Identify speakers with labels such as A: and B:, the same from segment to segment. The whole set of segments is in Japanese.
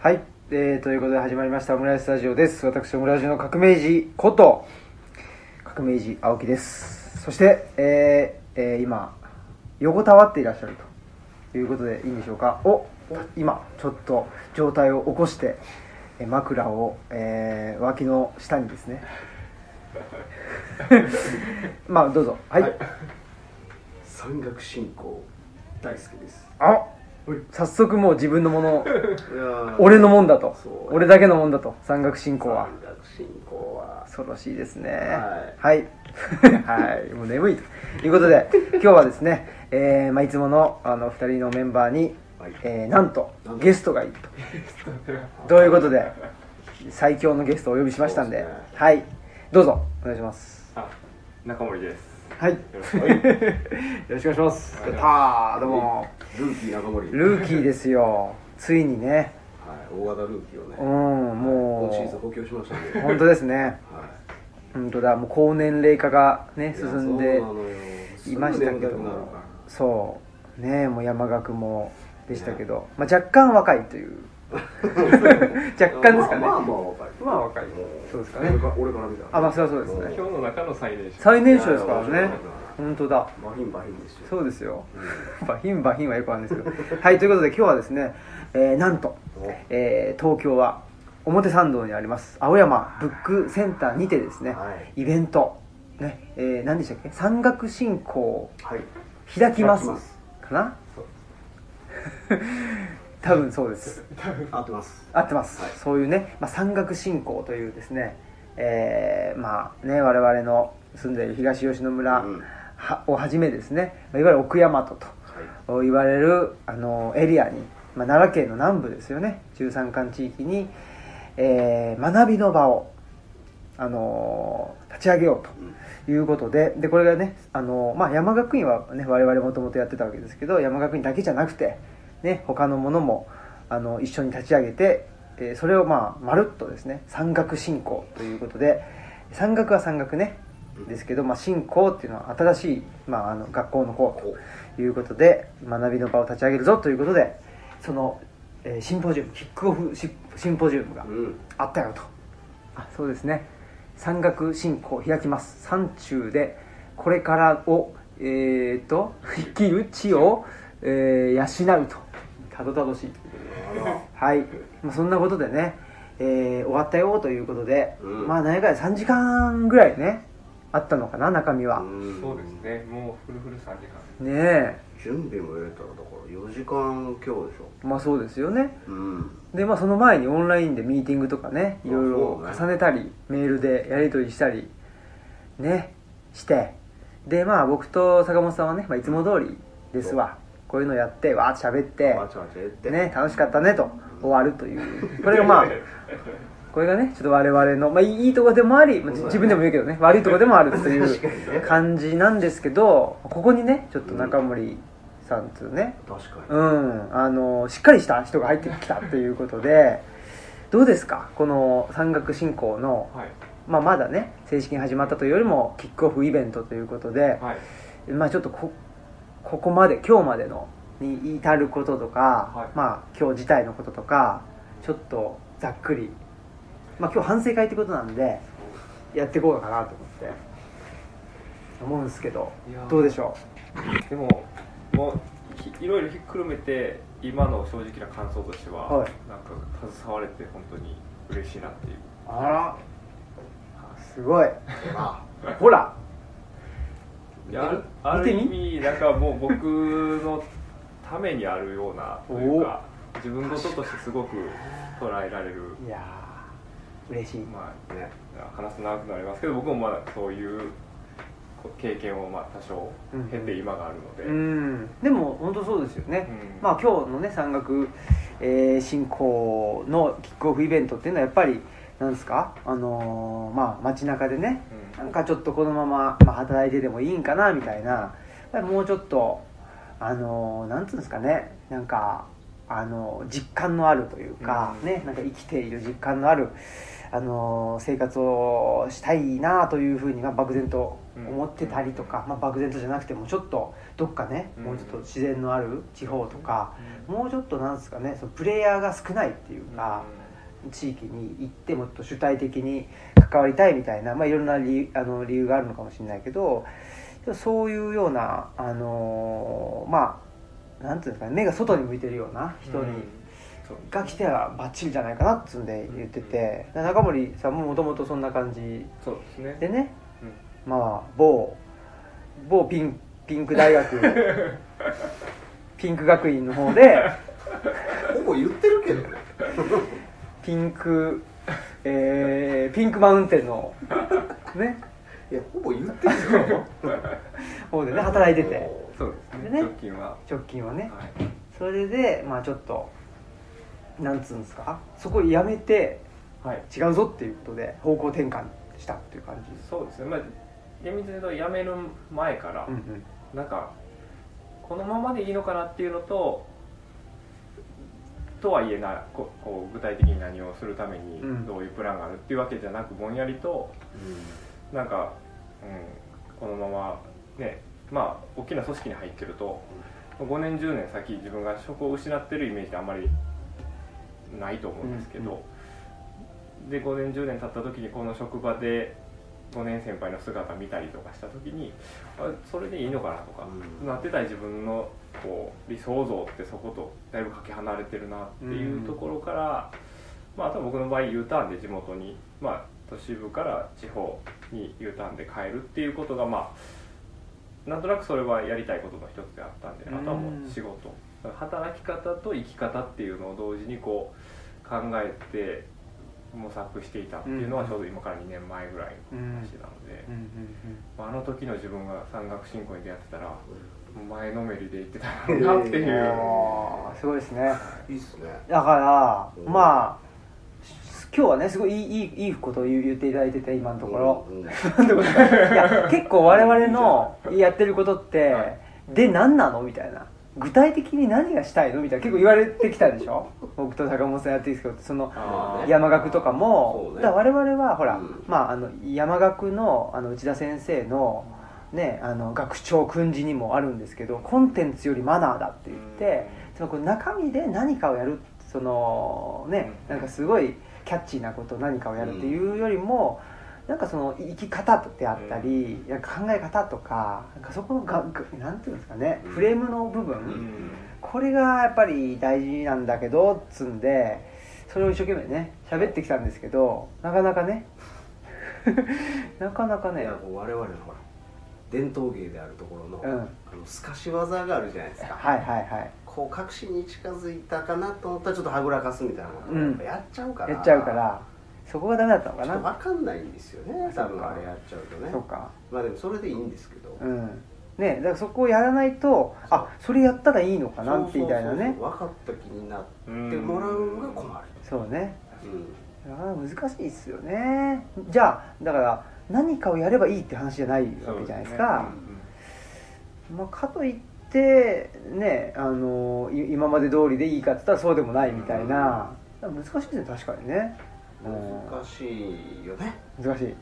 A: はい、えー、ということで始まりましたオムライススタジオです私オムラジの革命児こと革命児青木ですそして、えーえー今横たわっていらっしゃるということでいいんでしょうかお今ちょっと状態を起こしてえー枕を、えー脇の下にですね まあどうぞはい、
B: 山岳信仰大好きです
A: あ
B: はい
A: 早速もう自分のものを
B: いやー
A: 俺のもんだと
B: そう
A: 俺だけのもんだと山岳信仰は
B: 山岳信仰は
A: 恐ろしいですねは
B: はい
A: はいもう眠いということで今日はですね、えーまあ、いつものあの2人のメンバーに、
B: はい
A: えーなんと
B: なんと
A: ゲストがいるとどういうことで最強のゲストをお呼びしましたんで
B: そうですね
A: はいどうぞお願いします
C: あ、中森です。
A: はいよ
C: ろし
A: よ
C: く
A: ろしくお願いしますやったーどうも
B: ルーキー中森
A: ルーキーですよついにね
B: はい大型ルーキーをね
A: うんも
B: 今シーズン
A: う
B: 補強しましたね
A: 本当ですね
B: は
A: 本当だもう高年齢化がね
B: い
A: 進んでいましたけども
B: も
A: そうねもう山岳もでしたけど、まあ、若干若いと いう若干ですかね、
B: まあまあまあ若い
A: まあ若いそうですかね
B: 俺ら俺から見たら
A: あまあそれはそうですね
C: 今日の中の最年少。
A: 最年少ですから
B: いやいや
A: ね本当だ
B: バヒンバヒンですよ
A: そうですよバヒンバヒンはよくあるんですけどはいということで今日はですね、えーなんと
B: お、
A: えー東京は表参道にあります青山ブックセンターにてですね、
B: はい
A: イベントね、えー何でしたっけ山岳信仰
B: はい
A: 開きます
B: 開きます
A: かな多分そうです
B: 合ってます
A: 合ってます、
B: はい
A: そういうね、まあ、山岳信仰というですねえーまあね我々の住んでいる東吉野村
B: うん
A: はをはじめですね、まあいわゆる奥大和と言われるあのエリアに、まあ、奈良県の南部ですよね中山間地域に、えー学びの場をあのー立ち上げようと。
B: うん
A: いうことででこれがねあの、まあ、山学院は、ね、我々もともとやってたわけですけど山学院だけじゃなくて、ね、他のものもあの一緒に立ち上げて、えーそれを、まあ、まるっとですね山岳振興ということで山岳は山岳ねですけど、まあ、振興っていうのは新しい、まあ、あの学校の校ということで学びの場を立ち上げるぞということでその、えーシンポジウムキックオフシシンポジウムが
B: うん
A: あったよとあそうですね山岳信仰を開きます山中でこれからをえー、と生きる地を、えー養うとたどたどしい
B: あら
A: はい、まあ、そんなことでね、えー終わったよということで、
B: うん
A: まあ何やかんや3時間ぐらいねあったのかな中身は、
B: ん
C: そうですね。もうフルフル三時間。
A: ねえ
B: 準備も入れたらだから4時間強でしょ
A: まあそうですよね
B: うん
A: でまあその前にオンラインでミーティングとかねいろいろ
B: あそ
A: 重
B: う
A: ねたり、メールでやり取りしたりねしてでまあ僕と坂本さんはね、まあ、いつも通りですわこういうのやってわーっと喋って
B: わちゃわちゃ言って
A: ね楽しかったねと終わるというこれがまあこれがねちょっと我々の、まあ、いいいとこでもあり、まあじ自分でも言うけどね悪いとこでもあると い
B: 確かにね
A: う感じなんですけどここにねちょっと中森さんとね、
B: 確かに
A: うん、あのしっかりした人が入ってきたということでどうですかこの山岳振興の、
C: はい。
A: まあ、まだね正式に始まったというよりもキックオフイベントということで、
C: はい。
A: まあ、ちょっとこここまで今日までのに至ることとか、
C: はい
A: まあ、今日自体のこととかちょっとざっくり、まあ、今日反省会ってことなんでやっていこうかなと思って思うんですけど
C: いやー
A: どうでしょ
C: でも、もうひいろいろひっくるめて、今の正直な感想としては、
A: はい
C: なんか携われて本当に嬉しいなっていう。
A: うあらすごい
B: あ
A: ほら
C: いやあ
A: 見
C: る
A: て
C: 意
A: み
C: 味なんかもう僕のためにあるようなというか自分事としてすごく捉えられる
A: いやー嬉しい、
C: まあ
B: ね
C: 話すと長くなりますけど僕もまだそういうこう経験をまあ多少経て今があるので、
A: うんでも本当そうですよね、
C: うん
A: まあ今日のね山岳、えー振興のキックオフイベントっていうのはやっぱりなんですかあのーまあ街中でね
C: うん
A: なんかちょっとこのまま、まあ、働いてでもいいんかなみたいなやっぱりもうちょっとあのーなんつうんですかねなんかあのー実感のあるというか、
C: うん
A: ねなんか生きている実感のあるあのー生活をしたいなというふうに、まあ、漠然と
C: うん
A: 思ってたりとか、まあ、漠然とじゃなくてもちょっとどっかね、
C: うん
A: もうちょっと自然のある地方とか、もうちょっとなんですかねそのプレイヤーが少ないっていうか、地域に行ってもっと主体的に関わりたいみたいな、まあ、いろんな理あの理由があるのかもしれないけどでもそういうような、あのーまあなんていうんですかね目が外に向いてるような人に。が来てはバッチリじゃないかなっつうんで言ってて、で中森さんももともとそんな感じ
C: そうですね
A: でね
C: うん
A: まあ某某ピンピンク大学 ピンク学院の方で
B: ほぼ言ってるけどね
A: ピンク、えーピンクマウンテンのね
B: いやほぼ言ってるよ
A: 方 でね働いてて
C: そうですね
A: でね
C: 直近は、
A: 直近はね
C: はい、
A: それでまあちょっとなんつうんですかそこやめて
C: はい、
A: 違うぞっていうことで方向転換したっていう感じです、
C: そうですねまあ厳密に言うと辞める前から、
A: うんうん
C: なんかこのままでいいのかなっていうのととはいえなここう具体的に何をするために
A: うん
C: どういうプランがあるっていうわけじゃなくぼんやりとなんか、うん、このままねまあ大きな組織に入ってると5年10年先自分が職を失ってるイメージってあんまりないと思うんですけど、で5年10年経った時にこの職場で5年先輩の姿見たりとかした時にあそれでいいのかなとか、
B: うん
C: なってた自分のこう理想像ってそことだいぶかけ離れてるなっていうところから、まあ、あとは僕の場合 U ターンで地元に、まあ、都市部から地方に U ターンで帰るっていうことがまあなんとなくそれはやりたいことの一つであったんで
A: うん
C: あとはもう仕事働き方と生き方っていうのを同時にこう考えて模索していたっていうのはちょうど今から2年前ぐらいの話なので、
A: うんうん
C: まああの時の自分が山岳信仰に出会ってたら
B: う
C: 前のめりで行ってたなっていうう、
A: んおーすごいですね
B: んいいっすね
A: だから、
B: うん
A: まあす今日はねすごいいいいいいいことを言う言っていただいてて今のところ、
B: うんう ん
A: いや結構我々のやってることって、
C: はい
A: で何なのみたいな具体的に何がしたいのみたいな結構言われてきたでしょ僕と坂本さんやってるんですけどその
C: あー
A: 山岳とかも、
B: そうね
A: だから我々はほら、
B: うん
A: まあ、あの山岳のあの内田先生の,、ね、あの学長訓示にもあるんですけどコンテンツよりマナーだって言って、そのこう中身で何かをやるそのね、
C: うん
A: なんかすごいキャッチーなこと何かをやるっていうよりも、なんかその生き方であったり、なんか考え方とかなんかそこのががなんていうんですかね、
B: うん
A: フレームの部分、
C: うん
A: これがやっぱり大事なんだけどっつんでそれを一生懸命ね喋ってきたんですけどなかなかね なかなか
B: い
A: ね
B: やこう我々のほら伝統芸であるところの,、
A: うんはい
B: あの透かし技があるじゃないですか
A: はいはい
B: こう確信に近づいたかなと思ったらちょっとはぐらかすみたいなのが、
A: うん
B: やっぱやっちゃうから
A: やっちゃうからそこがダメだったのか
B: ちょっと
A: な
B: 分かんないんですよね多分あれやっちゃうとね
A: そうか
B: まあでもそれでいいんですけど、
A: うんねだからそこをやらないとあそれやったらいいのかなってみたいなね
B: そうそうそう分かった気になって
C: うん
B: もらうのが困
A: そうね
B: る、うん
A: なかなか難しいっすよねじゃあだから何かをやればいいって話じゃないわけじゃないですかまあ、かといってねあのい今まで通りでいいかって言ったらそうでもないみたいな、難しいですね確かにねうん
B: 難しいよね
A: 難しい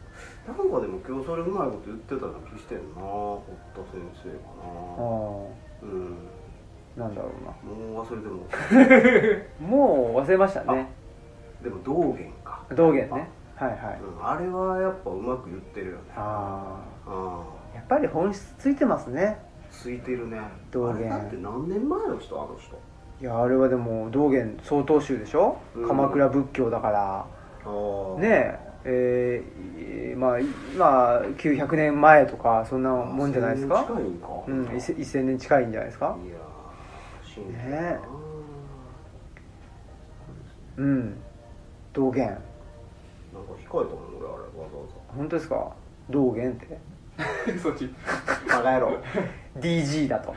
B: なんかでも今日それうまいこと言ってたような気してんな堀田先生
A: あ
B: かな
A: あ
B: うん
A: なんだろうな
B: もう忘れて も
A: もう忘れましたね
B: でも道元か、
A: 道元ねはいはい
B: うん、あれはやっぱうまく言ってるよね
A: あ
B: あ
A: あやっぱり本質ついてますね
B: ついてるね
A: 道元
B: あれだって何年前の人あの人
A: いやあれはでも道元曹洞宗でしょ、
B: うん
A: 鎌倉仏教だから
B: ああ
A: ねええーまあいまあ900年前とかそんなもんじゃないですか
B: 近いんか
A: うん1000 1000年近いんじゃないですか
B: いやー信じ
A: ねえうん道元
B: なんか控えたもん俺あれわ
A: 本当ですか道元って
C: うん そっち
B: ざわざバカ野郎
A: DG だ と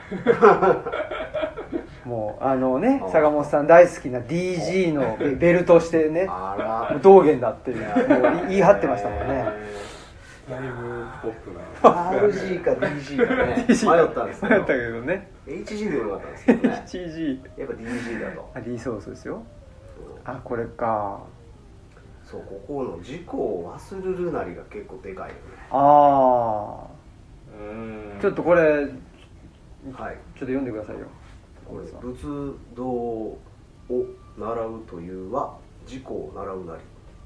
A: もうあのね
B: あ
A: 坂本さん大好きな DG のベベルトしてね
B: あら
A: もう道元だっていうもう言い張ってましたもんね
C: だいぶポップな
B: RG か DG かね 迷ったんですけ
A: 迷った
B: ど
A: けどね
B: HG でもよかったんですけどね
A: 7G
B: やっぱ DG だと
A: あリソースですよ
B: そう
A: あこれか
B: そうここの事故を忘れるなりが結構でかいよね
A: ああ
C: うん
A: ちょっとこれちょ
B: はい
A: っと読んでくださいよ
B: これ仏道を習うというは自己を習うなり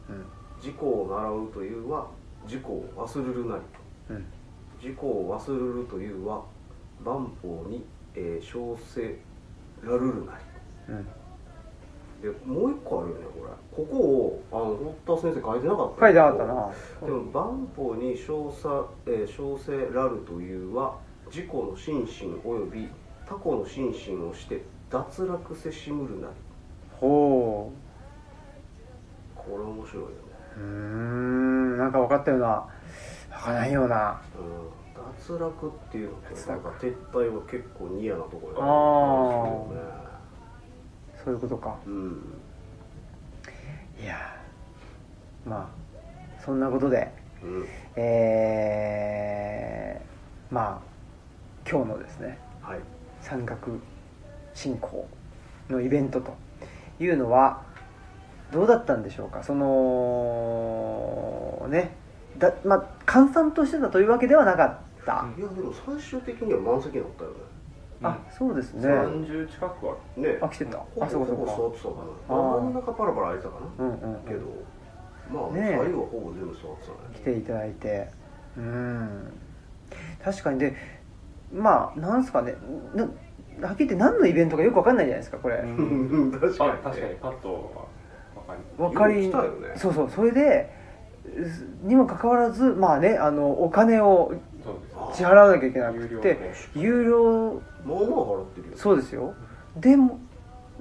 A: うん
B: 自己を習うというは自己を忘れるなり
A: うん
B: 自己を忘れるというは万法に、えー、称せらるるな
A: うん
B: りでもう一個あるよねこれここをあの堀田先生書いてなかった
A: 書いてなかったな
B: でも万法に称さ、えー称せらるというは自己の心身および他己の心身をして脱落せしむるなり
A: ほ
B: これ面白いよね、
A: ううーんなんか分かったような分からないような
B: うん、脱落っていうの
A: 脱
B: となん
A: 落
B: か撤退は結構ニアなところや
A: あそういうことか
B: あうん
A: いやーまあそんなことで
B: うん
A: えー、まあ今日のですね
B: はい
A: 三角信仰のイベントというのはどうだったんでしょうかそのねだまあ閑散としてたというわけではなかった、
B: いやでも最終的には満席になったよ
A: あそうですね
C: 30近くは
B: ねね
A: あ来てた
B: ほぼ
A: あそうか
B: ほぼ
A: そ
B: 座ってたか
A: あ
B: な
A: ー
B: 真ん中パラパラ空いてたか
A: うかうんうん、うん
B: なけどまあ
A: ねえ
B: 最後はほぼ全部座ってたね
A: 来ていただいてうん確かにでまあなんすかねなはっきり言って何のイベントかよくわかんないじゃないですかこれ、
C: う
B: うん確
C: あ
B: ね
C: 確かにパッとは分かり
A: わかり
B: よく来たよね
A: そうそうそれでうにもかかわらずまあねあのお金を
C: そうですね
A: 支払わなきゃいけなく
C: 有料
A: て
C: で
A: 有料
B: まあまあ払ってるよ
A: そうですよでも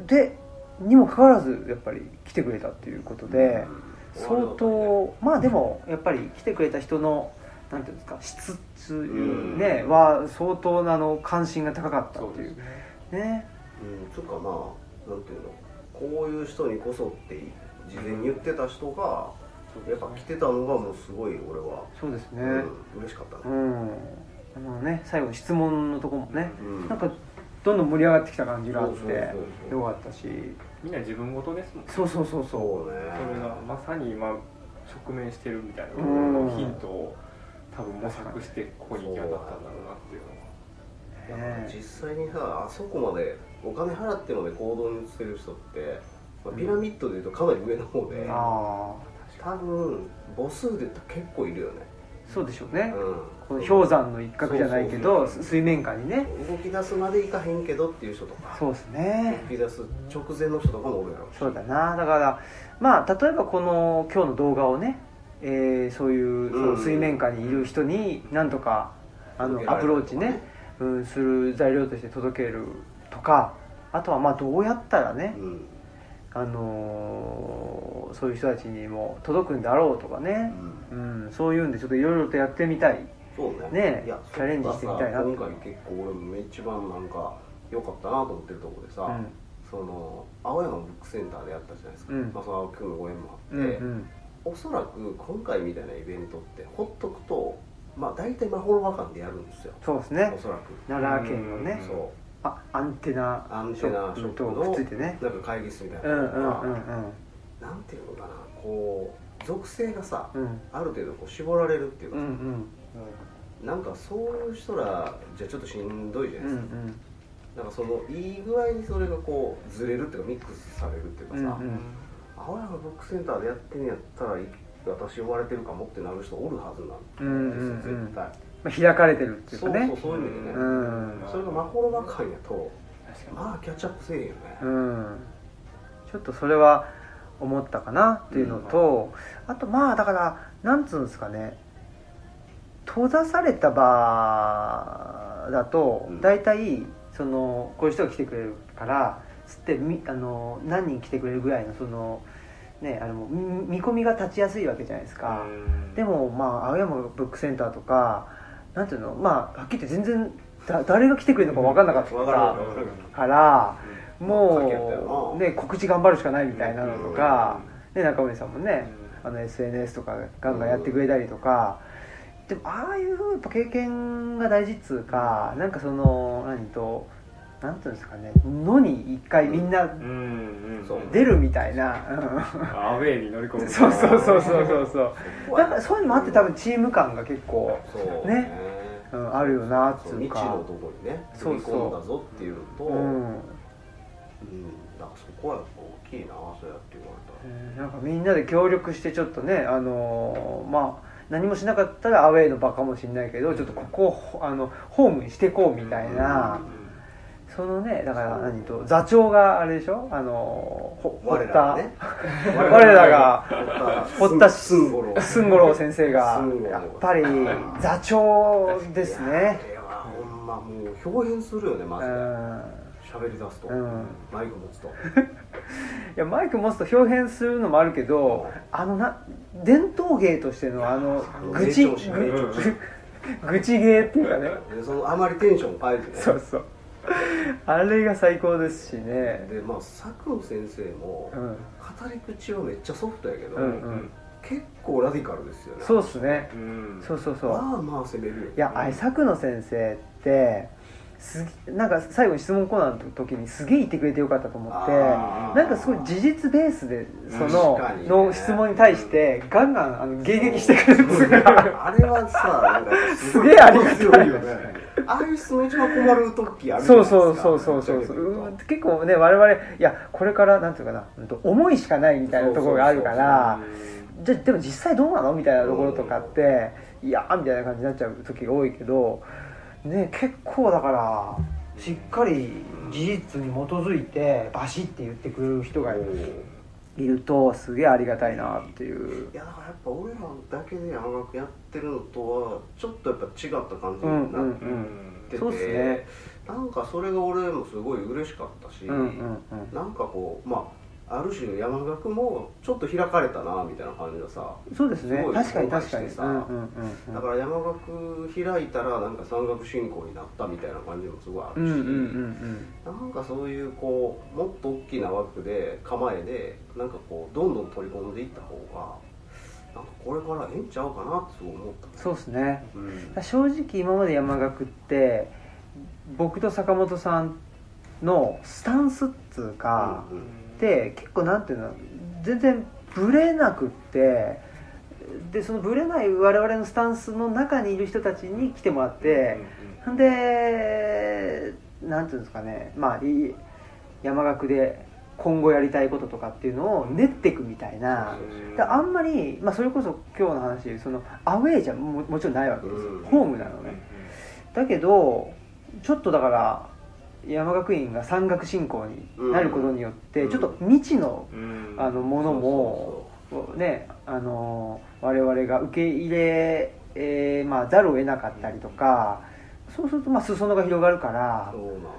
A: でにもかかわらずやっぱり来てくれたっていうことで、相当まあでもやっぱり来てくれた人のなんていうんですか質っていうね、
B: うん
A: は相当なあの関心が高かった
C: そ
A: っ
C: う
A: てい
C: で
A: う
C: すね
A: ね
B: うんつうかまあなんていうのこういう人にこそって事前に言ってた人が
C: そう
B: や
C: で
B: っ
C: す
B: ぱ
C: ね
B: 来てたのがもうすごい俺は、
A: そうですね
B: うん、嬉しかった
A: う
B: ね
A: ん、あのね最後の質問のとこもね、
B: うん
A: なんかどんどん盛り上がってきた感じがあって
B: そうそうそうそう
A: よかったし
C: みんな自分事ですもん
A: そうそうそうそ
B: そうね
C: それがまさに今直面してるみたいなところ
A: うん
C: のヒントを多分模索してここに行き当たったんだろうなっていうのは
A: う、
B: なんか
A: ね
B: 実際にさあそこまでお金払ってまで行動に移せる人って、まあ、ピラミッドでいうとかなり上の方で、
A: あ
B: 多分母数で言ったら結構いるよね、
A: あそうでしょうね、こ
B: うん、
A: の氷山の一角じゃないけど
B: そうそうそう
A: 水面下にね
B: 動き出すまでいかへんけどっていう人とか
A: そうですね
B: 動き出す直前の人とかもおるやろ
A: そうだなだからまあ例えばこの今日の動画をね、えーそういうその水面下にいる人になんとかあの
B: 届け
A: ア
B: られ
A: プ
B: る
A: ローチね、うん、する材料として届けるとかあとはまあどうやったらね、
B: うん
A: あのーそういう人たちにも届くんだろうとか
B: う
A: ね、
B: ん
A: うん、そういうんでちょっといろいろとやってみたい
B: そうね
A: ねえ
B: いや
A: チャレンジしてみたいな
B: そこがさ今回結構俺も一番なんか良かったなと思ってるところでさ、
A: うん
B: その青山ブックセンターでやったじゃないですか、
A: うん
B: まあ、その青木君のご縁もあ
A: う
B: っ
A: ん
B: て、
A: うん
B: おそらく今回みたいなイベントってほっとくとまあ大体まほろばかんでやるんですよ
A: そうですね
B: おそらく、
A: 奈良県のね
C: うん
B: そ
A: あアンテナ
B: うアンテナショップの
A: とくっついてね
B: なんか会議室みたい
A: うん
B: な
A: う
B: のと
A: ん
B: か、
A: うんうん
B: なんていうのかなこう属性がさ、
A: うん
B: ある程度こう絞られるっていう
A: う
B: か、
A: ん
B: なんかそういう人らじゃちょっとしんどいじゃ
A: うん
B: ないですか、
A: うん
B: なんかそのいい具合にそれがこうずれるっていうかミックスされるっていうかさ、
A: うんうん
B: 青山ブックセンターでやってんやったらい私呼ばれてるかもってなる人おるはずなんですよ、
A: うんうんうん
B: 絶対
A: まあ、開かれてるっていう
B: そ
A: か
B: うそう
A: ね
B: そういう意味でね、
A: うん
B: それがまほろばかりやと
C: 確かに
B: まあキャッチアップせえへんよね、
A: うんちょっとそれは思ったかなっていうのと、あとまあだからなんつうんですかね閉ざされた場だと
B: うん
A: 大体そのこういう人が来てくれるからつってみあの何人来てくれるぐらいのそのねあれもみ見込みが立ちやすいわけじゃないですか。
C: うん
A: でもまあ青山ブックセンターとかなんていうのまあはっきり言って全然だ誰が来てくれるのか分かんなかっ
B: わからん
A: た
B: わからん
A: から
B: かけた
A: も
B: よ
A: う
B: な
A: ね告知頑張るしかないみたいなのとかね中森さんもねあの SNS とかガンガンやってくれたりとかでもああいうやっぱ経験が大事っつうかなんかその何となんていうんですかねのに一回みんな
C: うんうん
B: そう
A: 出るみたいな、
C: アウェイに乗り込
A: う
C: む
A: ん そうそうそうそうそうそう
B: そこは
A: だからそういうのもあって多分チーム感が結構
B: そう
A: ねうん、あるよなっ
B: そ
A: つ
B: の
A: う
B: 未知
A: か
B: のとこにね
A: そ
B: 飛
A: う
B: び
A: そう
B: 込んだぞっていうのと、
A: うん
B: うん、なんかそこはやっぱ大きいなそうやって言われ
A: えーなんかみんなで協力してちょっとねあのーまあ何もしなかったらアウェイの場かもしれないけどちょっとここをほあのホームにしてこうみたいな、そのねだから何と座長があれでしょあのーほ
B: 我
A: 堀
B: ら
A: 田
B: がね
A: 我らが
B: たら
A: 堀田
B: すんごろ
A: すんごろ先生が
B: すんごろ
A: やっぱり座長です
B: いや
A: ね
B: あれはほんまもう表現するよね
A: う
B: マジで
A: ん
B: 喋り出すと、
A: うん
B: マイク持つと
A: いやマイク持つと表現するのもあるけどあのな伝統芸としてのあの愚痴
B: 名調
A: 愚
B: 子
C: 名調子
A: 愚痴芸っていうかね
B: でそのあまりテンション変えてね
A: そうそうあれが最高ですしね
B: でまあ佐久先生も
A: うん
B: 語り口はめっちゃソフトやけど、
A: うんうん
B: 結構ラディカルですよね
A: そうっすね
C: うん
A: そうそうそう
B: まあまあ攻めるよ
A: いやあれ佐久野先生ってすげなんか最後に質問コーナーの時にすげえ言ってくれてよかったと思って
B: あー
A: なんかすごい事実ベースでその
B: 確かにね
A: の質問に対してガンガンあの迎撃してくれるんですが
B: あれはさなんか
A: すげえありがたい
B: 強よねああいう質問一番困る時あるじゃな
A: そ
B: いうですか
A: そうそうそうそうそううん結構ね我々いやこれからなんていうかなうんと思いしかないみたいなところがあるからじゃあでも実際どうなのみたいなところとかっていやみたいな感じになっちゃう時が多いけどね結構だからしっかり事実に基づいてバシッて言ってくれる人が
B: い
A: いるとすげえありがたいなっていう
B: やだからやっぱ俺らだけで山楽やってるのとはちょっとやっぱ違った感じになっ
A: う
C: う
A: ん
C: ん
B: てて、
A: そうっすね
B: なんかそれが俺もすごい嬉しかったし、
A: うんうんうん
B: なんかこうまあある種の山岳もちょっと開かれたなみたいな感じがさ、
A: そうですね
B: すごい
A: 確かに
B: 後悔
A: 確かに
B: してさ
A: うんうんうん
B: だから山岳開いたらなんか山岳振興になったみたいな感じもすごいあ
A: うん
B: る
A: う
B: し、
A: んうんうん
B: なんかそういうこうもっと大きな枠で構えでなんかこうどんどん取り込んでいった方がなんかこれからええんちゃうかなってすごい思った
A: そうですね
B: うん
A: 正直今まで山岳って僕と坂本さんのスタンスっつうか、
B: うん
A: で結構なんていうの全然ブレなくってでそのブレない我々のスタンスの中にいる人たちに来てもらって、ん、でなんていうんですかねまあいい山岳で今後やりたいこととかっていうのを練っていくみたいな。であんまり、まあ、それこそ今日の話そのアウェーじゃももちろんないわけですよ、
B: うん
A: ホームなのね、だけどちょっとだから山学院が山岳振興になることによって、
B: うん
A: ちょっと未知の
C: うん
A: あのものもねあの我々が受け入れ、えーまあ、ざるを得なかったりとか、そうするとまあ裾野が広がるから
B: そう、そうなんだよ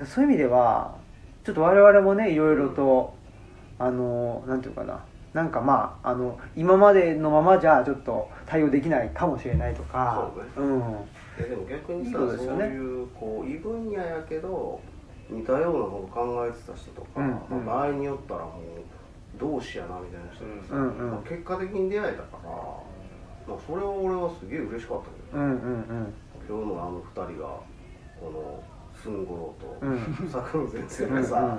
A: うん、そういう意味ではちょっと我々もねいろいろとあのなんていうかななんかまああの今までのままじゃちょっと対応できないかもしれないとか
B: そうえでも逆に
A: い
B: さ
A: いことです
B: そ
A: よ
B: う
A: ね
B: いうこう異分野やけど似たようなこと考えてた人とか、
A: うんうん
B: まあ場合によったらもう同志やなみたいな人にさ、
A: うんうん
B: まあ結果的に出会えたから、まあ、それは俺はすげえ嬉しかったけどね
A: うんうんうん
B: 今日のあの二人がこのすんご
A: う
B: ろ
A: ん
B: うと佐久間先生
A: うん
B: がさ、
A: う
B: やっ
A: ん
B: ぱ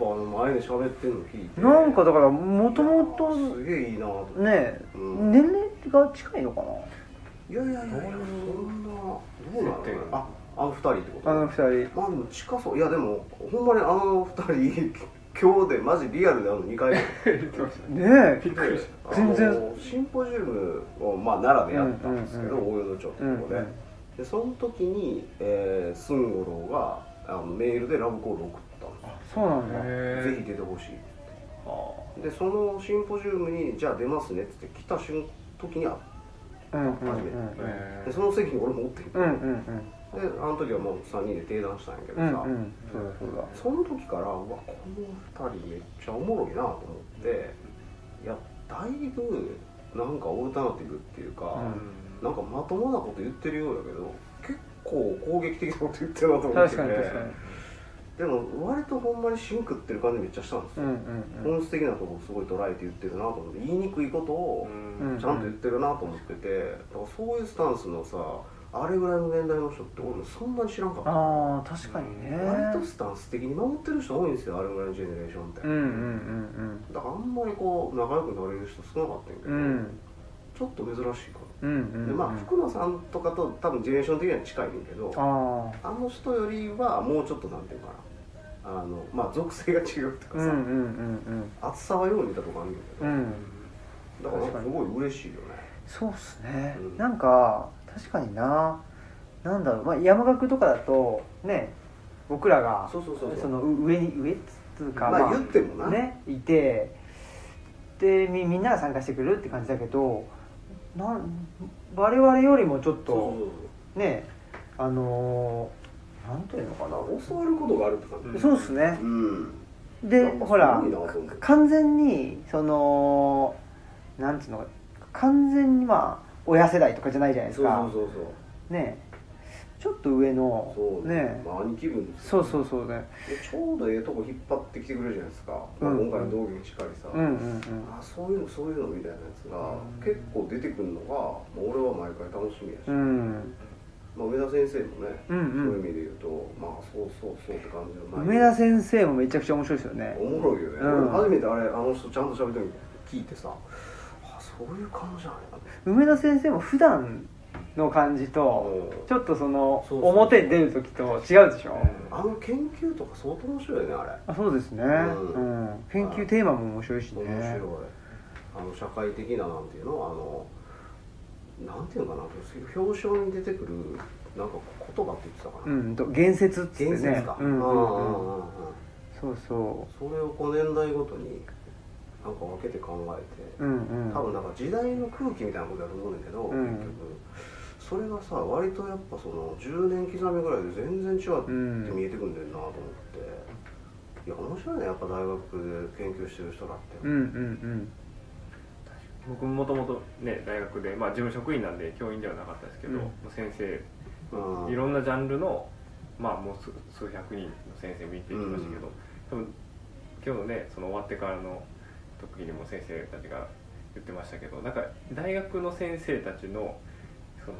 B: あの前で喋ってるの聞いて
A: なんかだからもともと
B: いやすげえいいなと思って
A: ね
B: うん
A: 年齢が近いのかない
B: やいやいやいやそんなどうなの
C: 接点
B: ああの二人ってこと
A: あの二人
B: まあでも近そういやでもほんまにあの二人今日でマジリアルであの2回目
A: ね
C: びっくりした
B: あ
A: 全
B: の
A: 然
B: シンポジウムを、まあ、奈良でやったんですけど、
A: うん
B: 大淀町ってとこ
A: う
B: で、
A: んうん
B: でその時にえーすんごろうがあのメールでラブコール送ったんです
A: そうなんだ
B: ぜひ出てほしいでそのシンポジウムにじゃあ出ますねって来た瞬時にあ
A: うんうんうん
B: 初めて
C: え
B: でその席に俺もおってんけ
A: う
B: ど
A: んう
B: で
A: んうん
B: あの時はもう3人で定談したんやけど
A: う
B: さ、
A: んうんそうだそうだ
B: その時からうわこの2人めっちゃおもろいなと思っていやだいぶなんかオルタナティブっていうか、
C: うん
B: なんかまともなこと言ってるようだけど結構攻撃的なこと言ってるなと思って
A: 確
B: て
A: かに確かに
B: でも割とほんまにシンクってる感じめっちゃしたんです
A: う
B: よ、
A: んうんうん
B: 本質的なところすごい捉えて言ってるなと思って言いにくいことを
A: うん
B: ちゃんと言ってるなと思ってて、だからそういうスタンスのさあれぐらいの年代の人って俺もそんなに知らんかった
A: ああ確かにね
B: 割とスタンス的に守ってる人多いんですよあれぐらいのジェネレーションって、
A: うんうん
B: だからあんまりこう仲良くなれる人少なかったんやけ
A: うんうん
B: ど、
A: うん
B: ちょっと珍しいか
A: うんうん
B: でまあ福野さんとかと多分ジェネレーション的には近いねんけど
A: ああ
B: あの人よりはもうちょっとなんていうかなあのまあ属性が違うとか
A: うんうん
B: さ、
A: うん
B: 厚さはよう似たとこあるんだ
A: う
B: けど、
A: んうん
B: だからなんかすごい嬉しいよね
A: そうっすね、
B: うん
A: なんか確かにななんだろう、まあ、山岳とかだとね僕らが
B: そうそうそうそう
A: のう上に上っつうか、
B: まあ言ってもな
A: ねいてでみみんなが参加してくれるって感じだけどなん我々よりもちょっと
B: そう
A: ねあのーなんというのかな、
B: そうそう教わることがあるって感
C: うん
A: そうっすね
B: じうん
A: で
B: やっぱす
A: ほら
B: ごいなと思う
A: 完全にそのなんつうの完全にまあ親世代とかじゃないじゃないです
B: そう
A: か
B: そうそうそう
A: ねちょっと上の
B: そう
A: ね
B: まあ、兄貴分ですよ
A: そうそうそうね
B: でちょうどええとこ引っ張ってきてくれるじゃないですか、まあ
A: うん
B: 今回の道着にしっかりさ、
A: うんうん
B: あそういうのそういうのみたいなやつ
A: う
B: が
A: ん
B: 結構出てくるのが、もう俺は毎回楽しみやし、
A: うんうん
B: まあ、梅田先生もね、
A: うんうん
B: そういう意味で言うとまあそうそうそうって感じの
A: 梅田先生もめちゃくちゃ面白いですよね
B: おもろいよね、
A: うん
B: 俺初めてあれあの人ちゃんと喋ってるの聞いてさあそういう感じなんや
A: 梅田先生も普段の感じと
B: うん
A: ちょっとその
B: そうそう
A: 表に出る時と違うでしょ
B: なあの研究とか相当面白いよねあれ
A: あそうですね、
B: うん
A: うん、研究テーマも面白いしね
B: 面白いあの社会的ななんていうのあのなんていうのかな表彰に出てくるなんか言葉って言ってたか
A: う
B: な、
A: んと言説っつってね
B: 伝説か、
A: うんうんう
B: ああ
A: ん、
B: ああああ
A: そうそ
B: それをこう年代ごとになんか分けて考え
A: う
B: て、
A: うんうん
B: 多分なんか時代の空気みたいなことだと思うんだけど、
A: うん
B: 結局それがさ割とやっぱその10年刻みぐらいで全然違って見えてくんだよなと思って、いや面白いねやっぱ大学で研究してる人だって、
A: うんうん
C: 僕ももともとね大学でまあ事務職員なんで教員ではなかったですけど、
A: うん
C: もう先生
B: うん
C: いろんなジャンルのまあもう数数百人の先生見てきましたけど、多分今日のねその終わってからの時にも先生たちが言ってましたけどなんか大学の先生たちのその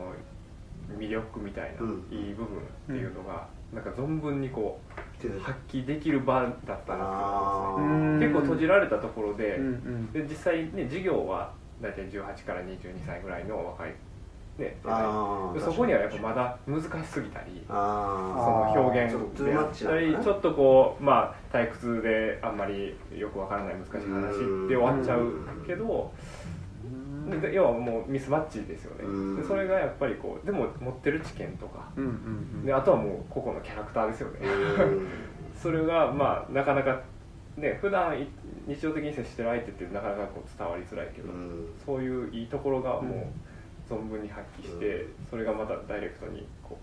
C: 魅力みたいな、
B: うん
C: いい部分っていうのが、なんか存分にこ
B: 出て
C: う
B: た
C: 発揮できる場だったなって
B: あ
C: 思い
A: ー
C: ますね結構閉じられたところで、
A: うんうん
C: で実際ね授業は大体18から22歳ぐらいの若い、ね、世代
B: あー
C: でそこにはやっぱまだ難しすぎたりそ
B: あ
C: の表
B: ちょっ
C: 現
B: とトゥ
C: で
B: ー
C: あ
B: マッ
C: っ
B: チな
C: た
B: のか
C: り
B: な
C: ちょっとこうまあ退屈であんまりよくわからない難しい話で終わっちゃうけどでで要はもうミスマッチですよ
B: うん
C: ねでそれがやっぱりこうでも持ってる知見とか
A: うんうん
C: であとはもう個々のキャラクターですよね
B: ーうん
C: それがまあなかなかね普段い日常的に接してる相手ってなかなかこう伝わりづらいけ
B: う
C: ど、
B: ん
C: そういういいところがもう存分に発揮して、
B: うん
C: それがまたダイレクトにこ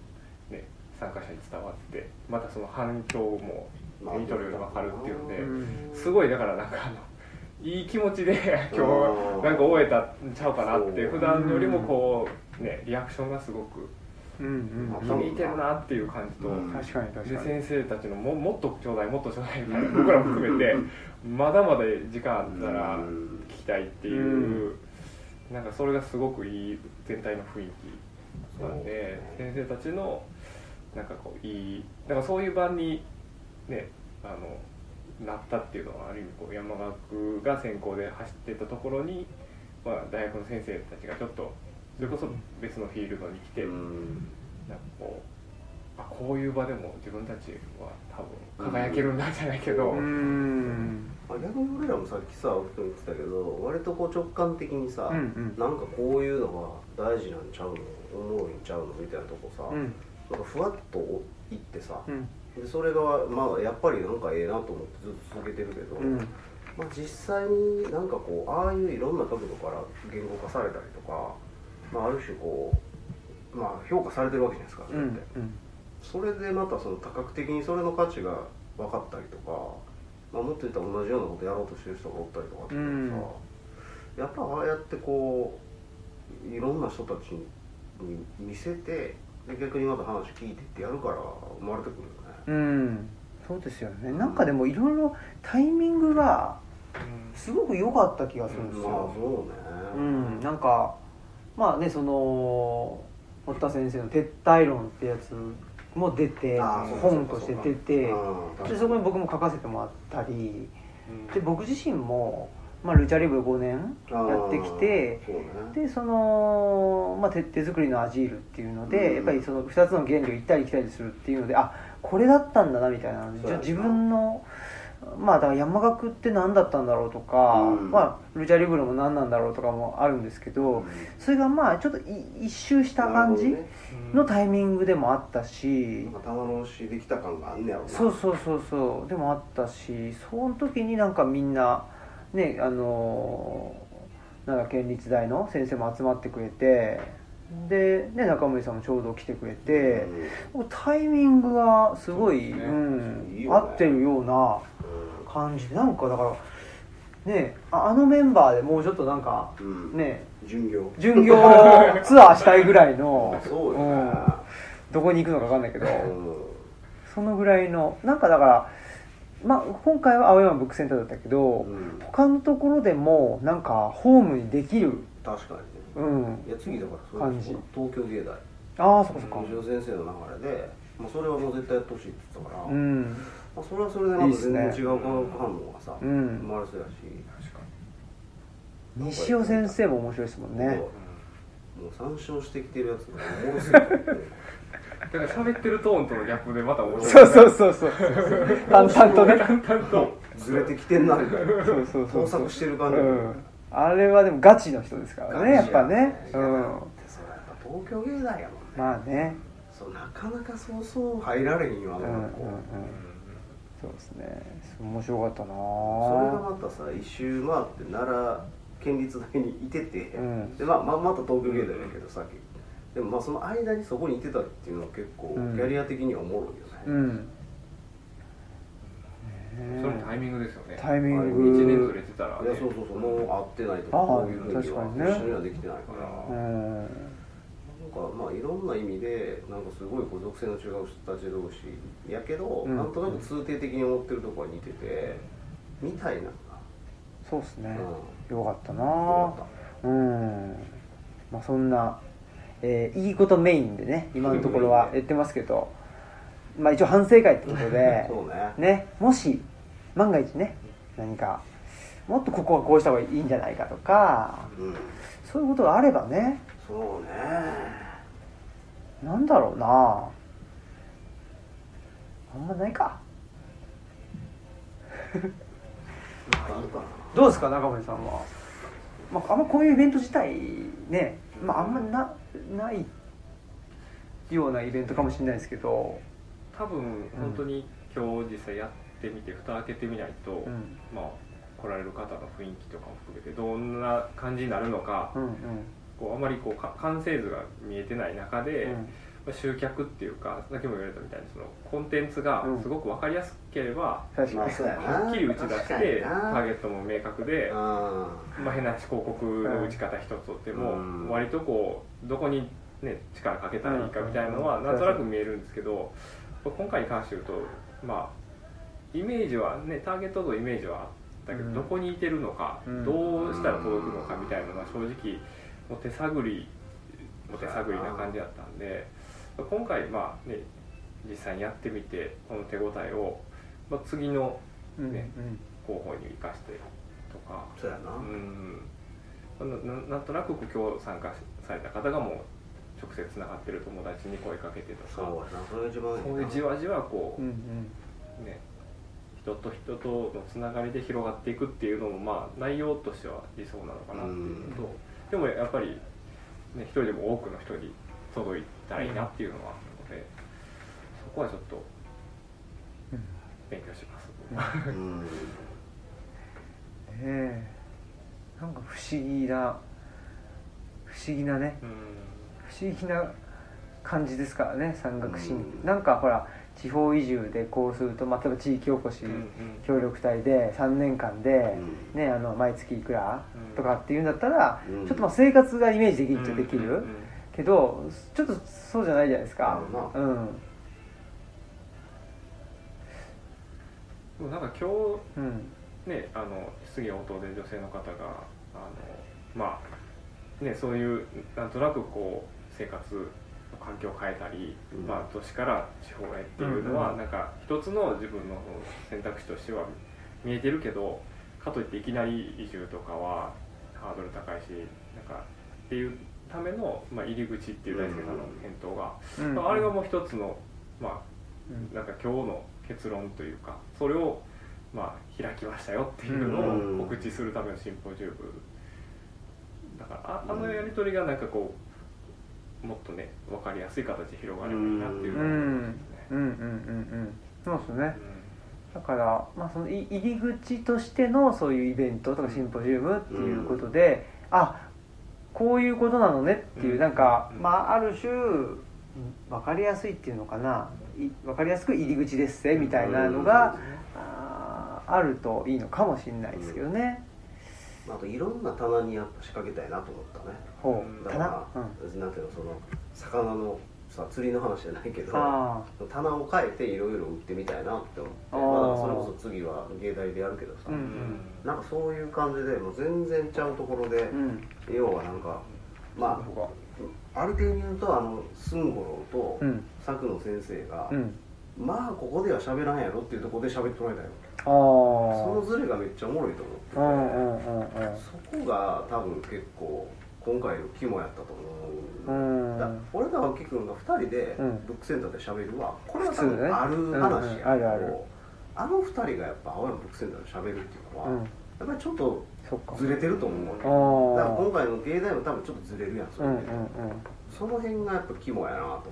C: う、ね、参加者に伝わってまたその反響も
B: まあ
C: 手に取るように分かるっていうので、
A: うん
C: すごいだからなんかあのいい気持ちで 今
B: うん
C: 日なんか終えたんちゃうかなって
B: そう
C: 普段よりもこう、ね、リアクションがすごく
A: うんうん
B: あ
C: 響いてるなっていう感じと。
B: うん
A: 確かに確
C: で
A: かに
C: 先生たちのももっとちょうだいもっとちょうだいみたいな僕らも含めてまだまだ時間あったら
B: うん
C: 聞きたいっていう、なんかそれがすごくいい全体の雰囲気なんで
B: そう
C: 先生たちのなんかこういいだからそういう場にねあのなったっていうのはある意味こう山岳が先行で走ってたところに、まあ、大学の先生たちがちょっとそれこそ別のフィールドに来て。
B: うん
C: なんかこうあこういう場でも自分たちは多分輝けるんだじゃないけど、
A: うーん
B: まあ逆に俺らもさっきさ奥君言ってたけど割とこう直感的にさ、
A: うんうん
B: なんかこういうのが大事なんちゃうのおもろいんちゃうのみたいなとこさ、
A: うん
B: なんかふわっといってさ、
A: うん
B: でそれがまあやっぱりなんかええなと思ってずっと続けてるけど、
A: うん
B: まあ、実際になんかこうああいういろんな角度から言語化されたりとか、まあ、ある種こう、まあ、評価されてるわけじゃないですかそれ
A: う
B: って、
A: んうん
B: それでまたその多角的にそれの価値が分かったりとか、まあ、もっと言ったら同じようなことやろうとしてる人がおったりとかっていうのはさ、やっぱああやってこういろんな人たちに見せてで逆にまた話聞いてってやるから生まれてくるよね。
A: うんそうですよねなんかでもいろいろタイミングがすごく良かった気がするんです
B: まあ
A: よ
B: そうね、
A: うんなんかまあねその堀田先生の撤退論ってやつも出て
B: あー
A: 本として出て
B: そうかそうかそうかうん
A: でそこに僕も書かせてもらったり
C: うん
A: で僕自身もまあ、ルチャリブロ5年
B: あー
A: やってきて
B: そうね
A: でその、まあ、手手作りのアジールっていうので、
B: うん
A: やっぱりその2つの原料行ったり来たりするっていうのであこれだったんだなみたいな
B: そう
A: じ
B: や
A: ゃ
B: な
A: 自分のまあだから山岳って何だったんだろうとか、
B: うん
A: まあ、ルチャリブロも何なんだろうとかもあるんですけど、それがまあちょっとい一周した感じ
B: なる
A: のタイミングでもあったし、
B: ほどねなんか玉の押しできた感があんねやろな
A: そうそうそうそうでもあったしその時になんかみんなねあのーなんか県立大の先生も集まってくれてで、ね、中森さんもちょうど来てくれて、
B: うん
A: タイミングがすごい、
C: そううですね
A: ん
B: いいよね
A: 合ってるような感じでなんかだからねああのメンバーでもうちょっとなんか
B: うん
A: ね
B: 巡業
A: 巡業ツアーしたいぐらいの
B: そうよ
A: うん
B: ね
A: どこに行くのか分かんないけど。
B: うん
A: そのぐらいのなんかだから、まあ、今回は青山ブックセンターだったけど、
B: うん
A: 他のところでもなんかホームにできる、
B: 確かにね
A: うん、
B: いや次だからそれ
A: 感じ
B: 東京芸大
A: ああそっかそっか
B: 藤尾先生の流れでもうそれはもう絶対やってほしいって言ったから、
A: う
B: ま
A: ん
B: あ、それはそれでなん
A: い
B: か全
A: い
B: 然
A: っす
B: 違
A: ね
B: う化学反応がさ、
A: うん
B: 生まれそうやし
C: 確か
A: 西尾先生も面白いですもんね
B: もう参照してきてるやつがおも ろすぎて
C: にだから喋ってるトーンとのギャップでまた面白
A: そ
C: いう
A: そうそうそ う淡々とね
C: 淡々と
B: ずれてきてんなみたいな
A: そうそうそう
B: 盗作してる感じ、
A: うん、あれはでもガチの人ですからねやっぱね、
B: いうや
A: ん
B: だってそれやっぱ東京芸大やもんね、
A: まあね
B: そうなかなかそうそう入られへんよあ
A: うん
B: の
A: うんう
B: 学校、
A: んそうですね面白かったな
B: それが
A: ぁ
B: またさ一周回って奈良県立大にいてて、
A: うん
B: でまあ、まあまた東京芸大だけどさっきでもまあその間にそこにいてたっていうのは結構キ
A: うん
B: ャリア的にはおもろいよね、
A: うんねえ
C: それもタイミングですよね
A: タイミング
C: 1年ずれてたら
B: いやそうそうそうもう会ってないとか
A: ああ
B: こういうふうには
A: 確かにね
B: 一緒にはできてないから、
A: う
B: なん
A: ん
B: かまあいろんな意味でなんかすごいこう属性の違う人たち同士やけど、
A: ん
B: なんとなく通底的に思ってるとこは似ててみたいなのが
A: そうっすね、
B: う
A: よかったな
B: よか
A: う
B: っ
A: んまあそんな、えーいいことメインでね今のところはやってますけど、まあ一応反省会ってことで
B: そうね
A: ねもし万が一ね何かもっとここはこうした方がいいんじゃないかとか
B: うん
A: そういうことがあればね
B: そうね
A: なんだろうなあんまないか
B: あるかな
A: どうですか中森さんは、まあ、あんまこういうイベント自体ね、まあ、あんまなないようなイベントかもしれないですけど、
C: 多分本当に今日実際やってみて蓋開けてみないと、
A: うん、
C: まあ来られる方の雰囲気とかも含めてどんな感じになるのか、
A: うんうん
C: こうあまりこうか完成図が見えてない中で、
A: うん
C: まあ集客っていうかさっきも言われたみたいにそのコンテンツが
A: うん
C: すごく分かりやすければ、
A: 確
B: ま
A: か
B: あ
A: に
B: そうやな
C: はっきり打ち出してターゲ
B: 確かに
C: ットも明確で、
B: な
C: まあ、変な話広告の打ち方一つとっても、
B: うん
C: 割とこうどこに、ね、力かけたらいいかみたいなのは
A: うん
C: なんとなく見えるんですけど、今回に関して言うとまあイメージはねターゲットとイメージはあったけど、
A: うん
C: どこにいてるのか、
A: うん
C: どうしたら届くのかみたいなのが正直もう手探りお手探りな感じだったんで今回まあね実際にやってみてこの手応えを、まあ、次の
A: うんうん
C: ね候補に生かしてとか。
B: そうやな、
C: うんなななんとなく今日参加された方がもう直接つながってる友達に声かけてとか
B: そうやなそれが一番いいな
C: そういうじわじわこ
A: う
C: う、
A: んうん
C: ね人と人とのつながりで広がっていくっていうのもまあ内容としては理想なのかなっていうのと、でもやっぱり、ね、一人でも多くの人に届いたらいいなっていうのはあるので、そこはちょっと
A: うん
C: 勉強します、
B: うん
A: ねえなんか不思議な不思議なね
C: うん
A: 不思議な感じですからね山岳シーンって、
B: うん
A: なんかほら地方移住でこうすると、まあ、例えば地域おこし、
C: うん
A: 協力隊で3年間で、ね、あの毎月いくら
C: うん
A: とかっていうんだったら、
B: うん
A: ちょっとまあ生活がイメージでき
C: う
A: るっ
C: ん
A: ちゃできる、
C: うんうん
A: けどちょっとそうじゃないじゃないですか
B: なるほ
A: うん
C: でもなんか今日
A: うん
C: ね、あの質疑応答で女性の方があの、まあね、そういうなんとなくこう生活の環境を変えたり、
B: うん
C: まあ、都市から地方へっていうのは、
A: うん
C: なんか一つの自分の選択肢としては見えてるけどかといっていきなり移住とかはハードル高いしなんかっていうための、まあ、入り口っていう大輔さんの返答が、
A: うん
C: まああれがもう一つの、ま
A: うん
C: あ、なんか今日の結論というかそれを、まあ、開きましたよっていう
B: うん
C: のを告知するためのシンポジウムだからああのやり取りがなんかこうもっとね分かりやすい形で広がればいいなっていう
A: う
C: のは思い
A: ん
C: ますね。
A: うんうんうんうんそうですね
C: うん
A: だから、まあ、そのい入り口としてのそういうイベントとかシンポジウムっていうことで、あこういうことなのねっていう、
C: うん
A: なんか、
C: うん
A: まあ、ある種分かりやすいっていうのかない分かりやすく入り口ですぜみたいなのが、あーあるといいのかもしれないですけどね、
B: あといろんな棚にやっぱ仕掛けたいなと思ったね
A: ほ
C: うん
A: う
B: だか
A: 棚
B: ら、
A: うん
B: なんていうのその魚のさ釣りの話じゃないけど
A: あ
B: 棚を変えていろいろ売ってみたいなって思って
A: あー
B: まあ、だからそれこそ次は芸大でやるけどさ、
A: うん
B: なんかそういう感じでもう全然ちゃうところで、
A: ーうん
B: 要はなんかまあある程度言うとあの寸五郎と
A: うん
B: 佐久野先生が、
A: うん
B: まあここでは喋らんやろっていうところで喋ってもらいたいの
A: ああ
B: そのズレがめっちゃおもろいと思ってて、
A: うんうんうんうん
B: そこが多分結構今回の肝やったと
A: う
B: 思う、だ
A: ん
B: 俺と青木君が2人で
A: うん
B: ブックセンターで喋るは、これは多
A: 普通ね
B: 分ある話やけ
A: う
B: ど、
A: んうんあるある
B: あの2人がやっぱ青山ブックセンターで喋るっていうのは、
A: う
B: や
A: ん
B: っぱりちょっと
A: そっか
B: ずれてると思うわけ、
A: あ
B: だから今
A: ー
B: 回の芸大も多分ちょっとずれるやんそ
A: うん
B: れ、
A: うんうん
B: その辺がやっぱ肝やなと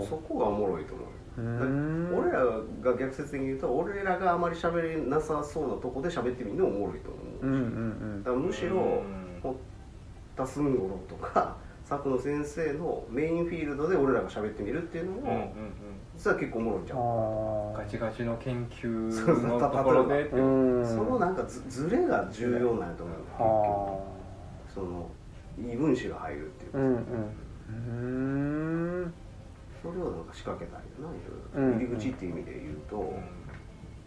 A: ほう
B: ってそうそこがおもろいと思う
A: うーん
B: 俺らが逆説的に言うと俺らがあまり喋れなさそうなとこで喋ってみるのもおもろいと思
A: う
B: う、
A: んうん
B: だからむしろ堀田寸五郎とか佐久野先生のメインフィールドで俺らが喋ってみるっていうの
C: うんうんうん
B: も、実は結構おもろいんちゃう、
A: うん
C: ガ
A: あ
C: チガチの研究
B: そうそう
C: のところで
B: 例え
A: ーうん
B: そのなんかずずれが重要なんやと思う、
A: は
B: 結局その異分子が入るっていう
A: あ
B: か、
A: うんうんうーん
B: それをなんか仕掛けたいよ
A: う
B: な、
A: ん
B: いろいろ入り口っていう意味で言うと、
C: うん
B: だか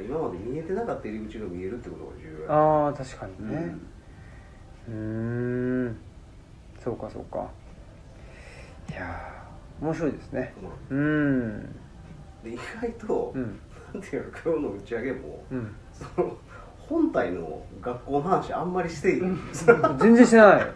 B: ら今まで見えてなかった入り口が見えるってことが重要や
A: ああ確か
B: う
A: に
B: ん
A: ねうーんそうかそうかいやー面白いですね
B: まあ
A: うん
B: で意外と、
A: うん
B: なんていうの今日の打ち上げも
A: うん
B: その本体の学校の話あんまりしていい、
A: 全然しない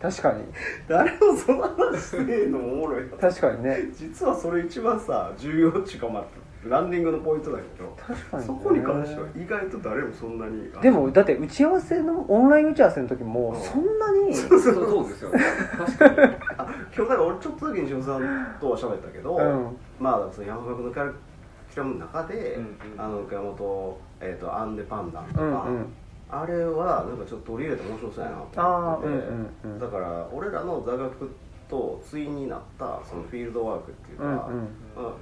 A: 確かに
B: 誰もその話していいのもおもろいな
A: 確かにね
B: 実はそれ一番さ重要っちゅうかまあランディングのポイントだけど
A: 確かにね
B: そこに関しては意外と誰もそんなに
A: でもだって打ち合わせのオンライン打ち合わせの時も
B: うん
A: そんなに
C: そうそうですよね確かに
B: あ今日だから俺ちょっとだけ西尾さんとは喋ったけど、
A: うん
B: まあその山岳のキャラクターの中で、
C: うんうん
B: あの岡本、えー、とアンデパンダンとか、
A: うんうん
B: あれはなんかちょっと取り入れて面白そうやなと思ってて
A: あーうんうんうん
B: だから俺らの座学と対になったそのフィールドワークっていうか、
A: うんうん
B: まあ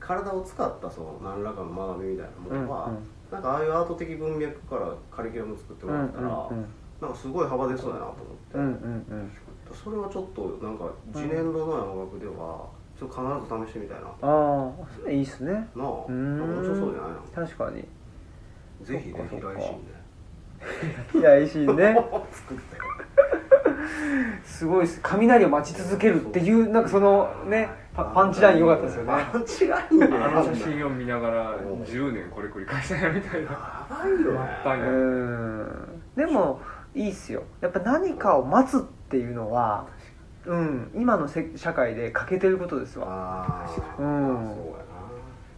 B: 体を使ったその何らかの学びみたいなものは、
A: うんうん
B: なんかああいうアート的文脈からカリキュラム作ってもらったら、
A: うんうん
B: なんかすごい幅出そうやなと思って、
A: うんうん
B: それはちょっとなんか次年度の山岳ではちょっと必ず試してみたいな
A: うんああそれいいっすね
B: なあ
A: うー
B: なんか面白そうじゃない
A: ん確かに
B: のぜひね
A: そ
B: 平
A: っかそっか
B: 井心で
A: 平井心ね
B: 作って
A: すごいっす雷を待ち続けるっていうなんかそのねパパンチライン良かったですよね
B: パンチラインね
C: あの写
B: や
C: 真を見ながら10年これ繰り返したやみたいな
B: ばいよね
A: うーんでもいいっすよやっぱ何かを待つっていうのはうん今のせ社会で欠けてることですわ
B: ああそう
A: う
B: や
A: ん
B: な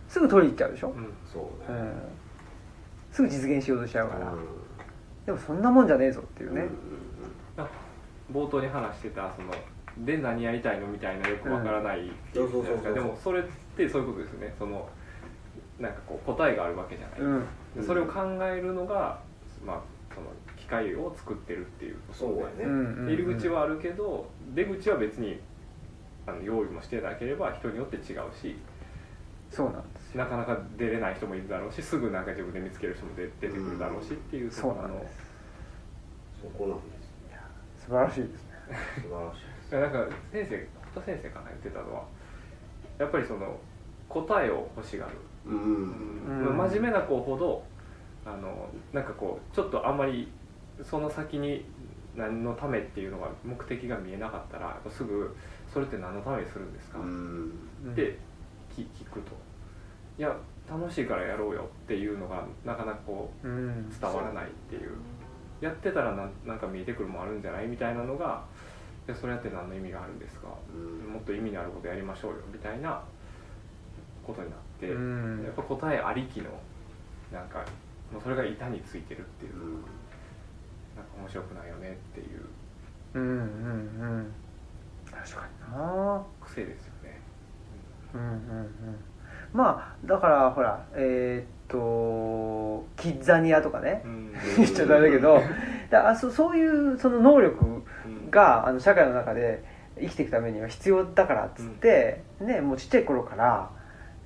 A: すぐ取りに行っちゃうでしょ、
B: そう
A: う
B: ね
A: ん、すぐ実現しようとしちゃ
B: だ
A: うから、でもそんなもんじゃねえぞっていうね、
C: 冒頭に話してたそので何やりたいのみたいなよくわからないっていうじゃないですか
B: うん
C: でもそれってそういうことですよねそのなんかこう答えがあるわけじゃない、
A: うん
C: でそれを考えるのが、まあ、その機械を作ってるっていうこと
B: そう
C: で
B: やね
A: うんうん
C: 入り口はあるけど出口は別にあの用意もしてなければ人によって違うし
A: そうなんです
C: なかなか出れない人もいるだろうしすぐなんか自分で見つける人も出出てくるだろうしっていう
A: そう
C: こ
A: な
C: あ
A: ん
C: の
A: です
B: そこなんですね
A: 素晴らしいですね
B: 素晴らしい
C: いやなんか先生堀田先生かな言ってたのはやっぱりその答えを欲しがる、
B: うん
A: うん
C: 真面目な子ほどあのなんかこうちょっとあんまりその先に何のためっていうのが目的が見えなかったらすぐ「それって何のためにするんですか
B: うん
C: ってき聞くと「いや楽しいからやろうよっていうのがなかなかこう
A: うん
C: 伝わらないっていうやってたらなんなんか見えてくるもんあるんじゃないみたいなのがいやそれやって何の意味があるんですか
B: うん
C: もっと意味のあることやりましょうよみたいなことになって、
A: うん
C: やっぱ答えありきのなんかもうそれが板についてるっていう、
B: うん
C: なんか面白くないよねっていう
A: うんうんうん確かにな
C: 癖ですよね、
A: うんうんうんまあだからほらえーっとキッザニアとかね
C: うん
A: 言っちゃダメだけどだあそそういうその能力
C: うん
A: があの社会の中で生きていくためには必要だからっつって、ね、もうちっちゃい頃から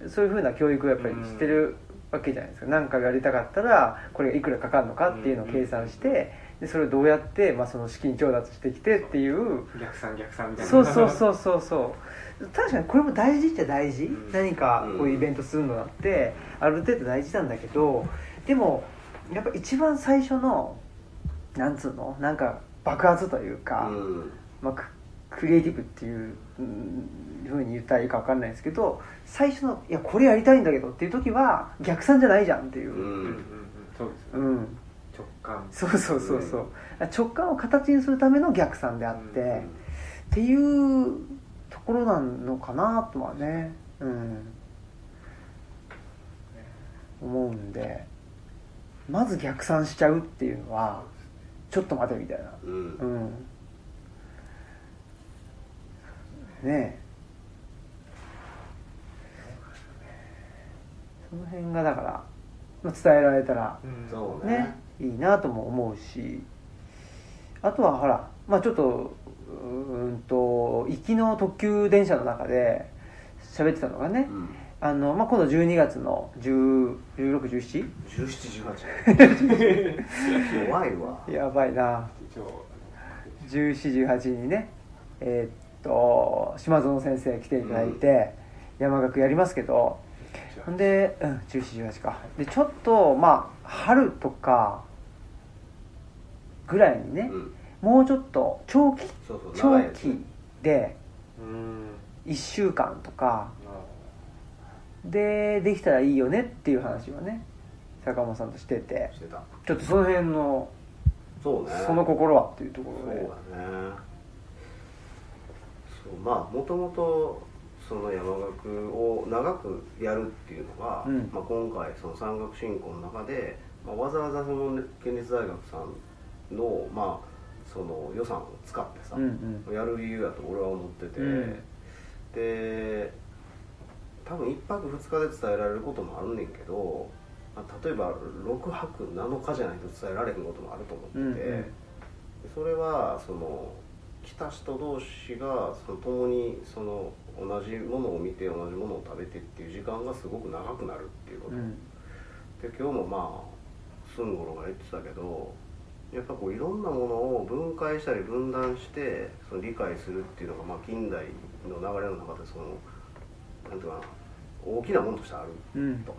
A: そういうふうな教育をやっぱりしてるわけじゃないですか何かがやりたかったらこれがいくらかかるのかっていうのを計算してでそれをどうやって、まあ、その資金調達してきてっていう
C: 逆算逆算みたいな
A: そうそうそうそうそう確かにこれも大事っちゃ大事、
C: うん
A: 何かこういうイベントするのだってある程度大事なんだけどでもやっぱ一番最初のなんつうのなんか爆発というか、
B: うん
A: まあ、ククリエイティブっていううんふうに言ったらいいか分かんないですけど最初の「いやこれやりたいんだけど」っていう時は逆算じゃないじゃんっていうう、
C: うんうんうん
B: ん
C: そうです
A: う
C: よね、
A: ん、
C: 直感
A: そうそうそうそう直感を形にするための逆算であって、
C: うん
A: っていうところなのかなとはね、うん、思うんでまず逆算しちゃうっていうのはちょっと待てみたいな
B: う
A: うんんねえその辺がだから、まあ、伝えられたら
C: うん
B: そうね
A: ね、いいなとも思うしあとはほらまあちょっとうーんと行きの特急電車の中で喋ってたのがね、
B: うん
A: あのまあ、今度12月の1617
B: 1718弱いわ
A: やばいな
C: 一応
A: 1718にねえーっと島園先生来ていただいて、山岳やりますけどほんで、うん、1718かでちょっとまあ春とかぐらいにね、
B: うん
A: もうちょっと長期
B: そうそう長
A: 長
B: いやつ
A: 期で
C: うん
A: 1週間とか
C: なるほ
A: でできたらいいよねっていう話はね坂本さんとしてて
B: してた
A: ちょっとその辺の
B: そうね
A: その心はっていうとこ
B: そう
A: ろで
B: だねそうまあもともとその山岳を長くやるっていうのが、
A: うん
B: まあ、今回その山岳振興の中で、まあ、わざわざその県立大学さんの,、まあ、その予算を使ってさ、
A: うんうん
B: やる理由だと俺は思ってて、
A: うん
B: で多分1泊2日で伝えられることもあるねんけど、まあ、例えば6泊7日じゃないと伝えられへんこともあると思ってて、
A: うんうん
B: でそれはその来た人同士がその共にその同じものを見て同じものを食べてっていう時間がすごく長くなるっていうこと、
A: うん
B: で今日もまあスンゴロが言ってたけどやっぱこういろんなものを分解したり分断してその理解するっていうのがまあ近代の流れの中でそのなんていうかな大きなものとしてある
A: うん
B: と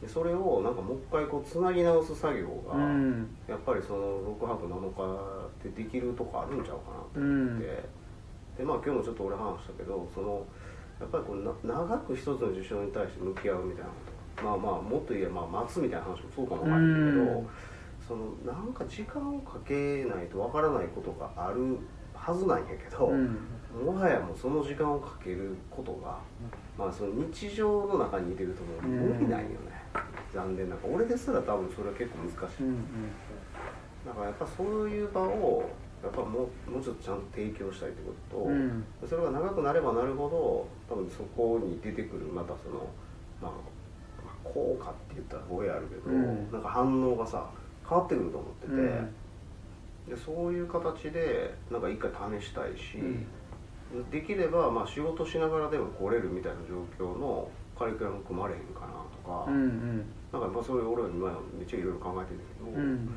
B: でそれをなんかもう一回こうつなぎ直す作業が、
A: うん
B: やっぱりその6泊7日でできるとこあるんちゃうかなって思って、でまあ今日もちょっと俺話したけどそのやっぱりこうな長く一つの事象に対して向き合うみたいなことまあまあもっと言えば、まあ、待つみたいな話もそうかもわかんないけど、
A: うん
B: そのなんか時間をかけないとわからないことがあるはずなんやけど、
A: うん
B: もはやもうその時間をかけることが、まあ、その日常の中にいてるともう無理ないよね、残念ながら俺ですら多分それは結構難しい。
A: うんうん
B: だからやっぱそういう場をやっぱもうもうちょっとちゃんと提供したいってことと、
A: うん
B: それが長くなればなるほど多分そこに出てくるまたその、まあ、まあ効果って言ったら声あるけど、
A: うん
B: なんか反応がさ変わってくると思ってて、
A: うん
B: でそういう形でなんか一回試したいし、
A: うん
B: できればまあ仕事しながらでも来れるみたいな状況のカリキュラム組まれへんかなとか、
A: うん
B: なんかまあそういう俺は今めっちゃいろいろ考えてるんだけ
A: う
B: ど。
A: ん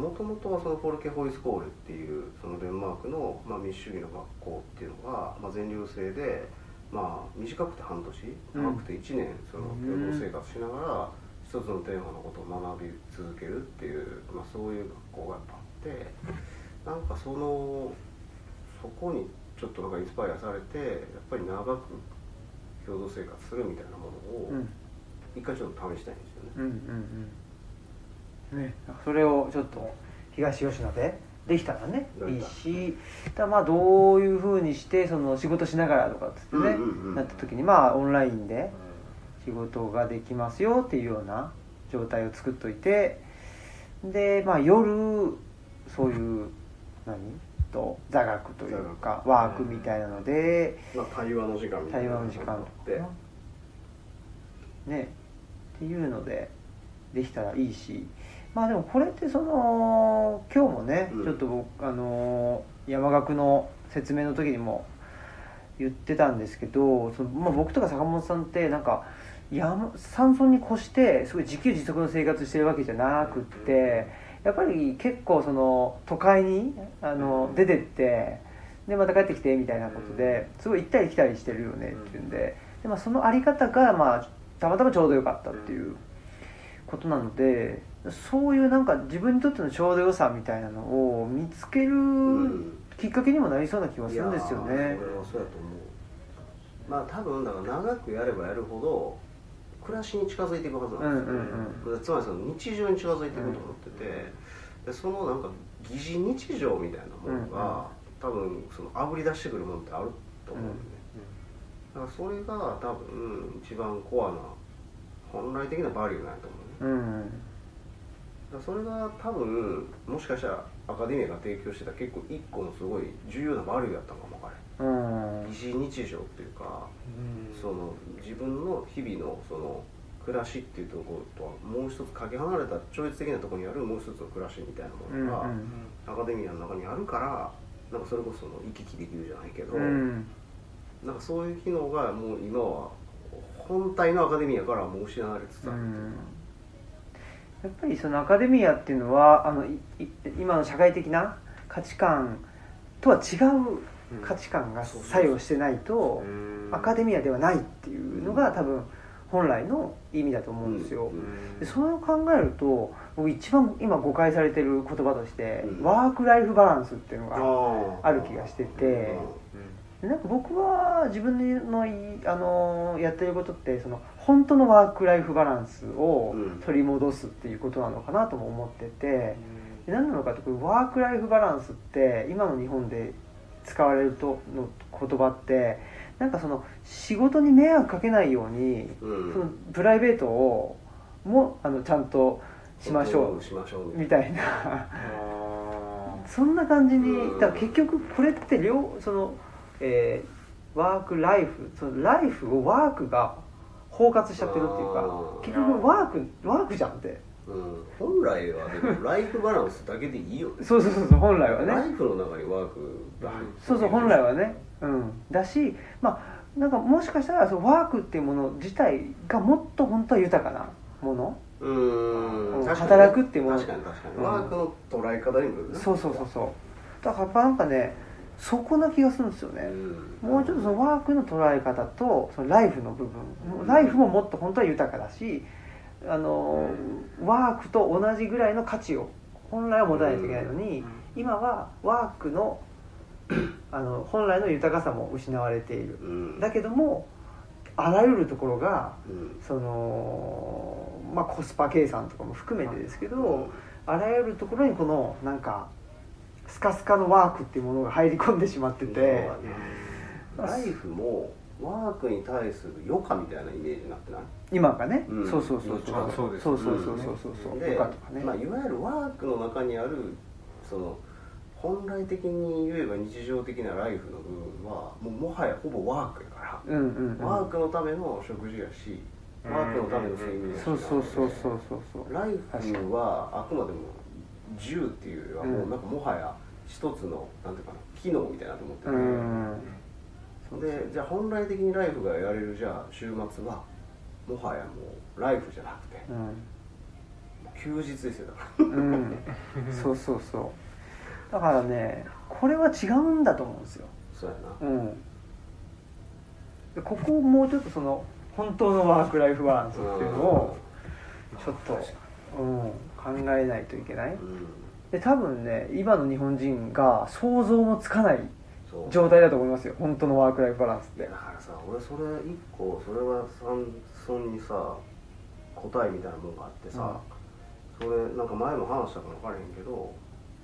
B: もともとはそのフォルケホイスコールっていうそのデンマークの、まあ、民主主義の学校っていうのが、まあ、全寮制で、まあ、短くて半年
A: うん
B: 長くて1年その
A: うん
B: 共同生活しながら一つのテーマのことを学び続けるっていう、まあ、そういう学校がやっぱあってなんかそのそこにちょっとなんかインスパイアされてやっぱり長く共同生活するみたいなものを、
A: うん
B: 一回ちょっと試したいんですよね、
A: うんうんうんねそれをちょっと東吉野でできたらね
B: や
A: い
B: り
A: い
B: たい
A: しだまあどういうふうにしてその仕事しながらとかっつってね、
B: うんうんうん
A: なった時にまあオンラインで仕事ができますよっていうような状態を作っといてでまあ夜そういう何と座学というか
B: 座学
A: ワークみたいなので
B: まあ、対話の時間みたい
A: 対
B: な
A: 話の時間
B: っ
A: と
B: て
A: かなねっていうのでできたらいいしまあでもこれってその今日もね、
B: うん
A: ちょっと僕あのー山岳の説明の時にも言ってたんですけどその、まあ、僕とか坂本さんってなんか山山村に越してすごい自給自足の生活してるわけじゃなくってやっぱり結構その都会にあの出てってでまた帰ってきてみたいなことですごい行ったり来たりしてるよねっていうんでで、まあ、そのあり方が、まあ、たまたまちょうどよかったっていうことなのでそういうなんか自分にとってのちょうど良さみたいなのを見つけるきっかけにもなりそうな気がするんですよ
B: い
A: ね
B: やー。俺はそうやと思うまあ多分だから長くやればやるほど暮らしに近づいていくはずなんですよね、
A: うん
B: つまりその日常に近づいていくと思ってて、でそのなんか疑似日常みたいなものが、多分そのあぶり出してくるものってあると思うんで、ねだからそれが多分一番コアな本来的なバリューなんやと思うね
A: うん
B: だからそれが多分もしかしたらアカデミーが提供してた結構一個のすごい重要なバリューだったのかも分かれ
A: うん
B: 疑似日常っていうか
C: うん
B: その自分の日々のその暮らしっていうところとはもう一つかけ離れた超越的なところにあるもう一つの暮らしみたいなものが、
A: うん
C: うん
B: アカデミアの中にあるからなんかそれこそその行き来できるじゃないけど、
A: うん
B: なんかそういう機能がもう今は本体のアカデミアからはもう失われつつあるっていうか、
A: やっぱりそのアカデミアっていうのはあのいい今の社会的な価値観とは違う価値観が
B: そうそう
A: 作用してないとアカデミアではないっていうのが多分本来の意味だと思うんですよ。でそれを考えると僕一番今誤解されてる言葉として
B: うん
A: ワーク・ライフ・バランスっていうのが
B: あ
A: ある気がしててでなんか僕は自分のいあのーやってることってその本当のワーク・ライフ・バランスを
B: うん
A: 取り戻すっていうことなのかなとも思ってて、で何なのかってこれワーク・ライフ・バランスって今の日本で使われるとの言葉ってなんかその仕事に迷惑かけないように
B: うん
A: そのプライベートをもあのちゃんとしましょ
B: しましょう
A: う
B: ね
A: みたいな。
C: あ
A: そんな感じに
B: うん
A: だから結局これって両その、えーワークライフそのライフをワークが包括しちゃってるっていう
B: あ
A: か
B: ー
A: 結局ワークワークじゃんって
B: うん、本来はでもライフバランスだけでいいよね
A: そうそうそうそう本来は
B: ライ
A: ね
B: フの中にワークが入ってる
A: そうそう本来はねうんだしまあなんかもしかしたらそのワークっていうもの自体がもっと本当は豊かなもの
B: うーん確かに
A: 働くっていうもの
B: 確かに確かに、
A: うん
B: ワークの捉え方にもよるね
A: そうそうそうそうだからやっぱなんかねそこな気がするんですよね、
B: ん
A: もうちょっとそのワークの捉え方とそのライフの部分ライフももっと本当は豊かだしあのワークと同じぐらいの価値を本来は持たないといけないのに今はワークの あの本来の豊かさも失われている
B: うん
A: だけどもあらゆるところが
B: うん
A: その、まあ、コスパ計算とかも含めてですけどあらゆるところにこのなんかスカスカのワークっていうものが入り込んでしまって
B: そう
A: て。
B: だねライフもワークに対する余暇みたいなイメージになってない
A: 今がね、
B: うん
A: そうそうそうそう
C: あそうです
A: そうそうそうそうそうそう
B: で、
A: とかとかね、
B: まあ、いわゆるワークの中にあるその本来的に言えば日常的なライフの部分はもうもはやほぼワークやから、
A: うんうんうん
B: ワークのための食事やし
C: うん
B: ワークのための睡眠やし
A: そうそうそうそうそうそう
B: ライフはあくまでも銃っていうよりはもうなんかもはや一つのなんていうかな機能みたいなと思ってて、
A: うんそうそう
B: でじゃあ本来的にライフがやれるじゃあ週末はもはやもうライフじゃなくて休日ですよだから
A: うん、うん、そうそうそうだからねこれは違うんだと思うんですよ、
B: そうやな
A: うん、でここをもうちょっとその本当のワーク・ライフ・バランスっていうのをちょっと、うん、考えないといけない
B: うん
A: で多分ね今の日本人が想像もつかない
B: そう
A: 状態だと思いますよ本当のワーク・ライフ・バランスって
B: だからさ俺それ一個それは山村にさ答えみたいなもんがあってさ、それなんか前も話したか分からへんけど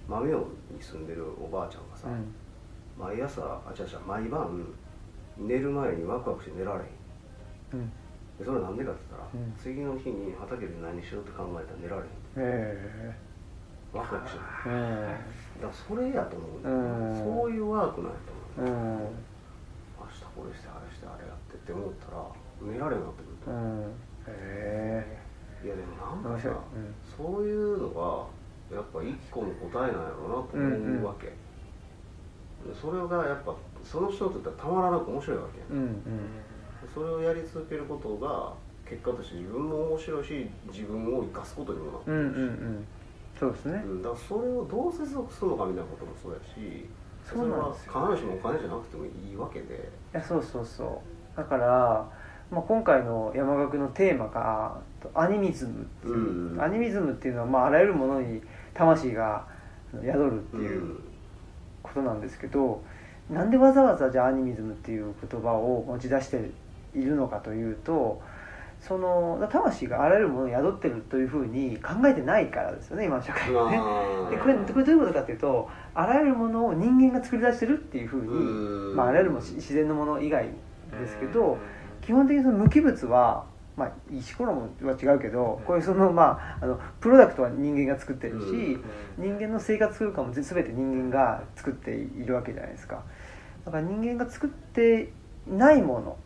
B: マミオンに住んでるおばあちゃんがさ、
A: うん
B: 毎朝あ違う違う毎晩寝る前にワクワクして寝られへん
A: うん
B: でそれなんでかって言ったら、
A: うん
B: 次の日に畑で何しようって考えたら寝られへん
A: え
B: ワクワクしてる
A: えうん
B: だからそれやと思う、
A: うん
B: そういうワークなんやと
A: う
B: 思う、
A: ん
B: 明日これしてあれしてあれやってって思ったら寝られなくなってくると
A: う
B: 思う、
A: んえ
B: いやでもなん
A: 面
B: か
A: 白
B: さ
A: い、
B: そういうのがやっぱ一個の答えなんやろうなと思うわけ、でそれがやっぱその人にとってはたまらなく面白いわけや
A: うんうん
B: それをやり続けることが結果として自分も面白いし自分を生かすことにもなって
A: うんう
B: る
A: ん
B: し、
A: うんそうですね
B: うんだからそれをどう接続するのかみたいなこともそうやしそ
A: そう
B: れ
A: なん
B: は
A: ですよ
B: 必ずしもお金じゃなくてもいいわけで
A: いやそうそうそうだから、まあ、今回の山岳のテーマがアニミズムっていう、
B: うんうん
A: アニミズムっていうのは、まあ、あらゆるものに魂があの宿るっていうことなんですけど、なんでわざわざじゃあアニミズムっていう言葉を持ち出しているのかというとその魂があらゆるものに宿ってるというふうに考えてないからですよね今の社会はね。でこれこれどういうことかっていうとあらゆるものを人間が作り出してるっていうふうに、まあ、あらゆるものし自然のもの以外ですけど、基本的にその無機物は、まあ、石ころもは違うけど
C: うん
A: こういうその、まあ、あのプロダクトは人間が作ってるし、
B: うん
A: 人間の生活空間も全全て人間が作っているわけじゃないですかだから人間が作ってないもの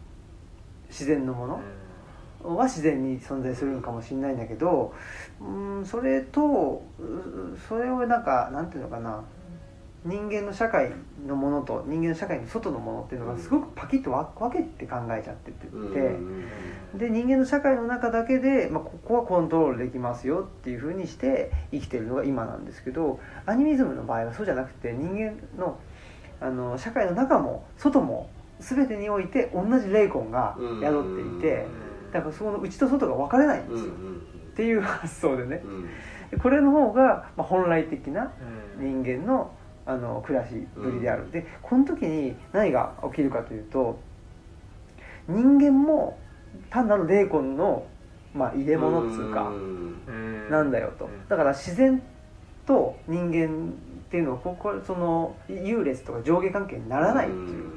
A: 自然のもの、は自然に存在するのかもしれないんだけどうんそれとうそれをなんかなんていうのかな人間の社会のものと人間の社会の外のものっていうのがすごくパキッとわ分けて考えちゃってて、で人間の社会の中だけで、まあ、ここはコントロールできますよっていうふうにして生きてるのが今なんですけどアニミズムの場合はそうじゃなくて人間のあの社会の中も外も全てにおいて同じ霊魂が宿っていて。だからそこの内と外が分かれないんですよ、っていう発想でねでこれの方がまあ本来的な人間のあの暮らしぶりである、
B: うん
A: でこの時に何が起きるかというと人間も単なる霊魂の、まあ、入れ物っつうかなんだよと、だから自然と人間っていうのはここその優劣とか上下関係にならないっていう、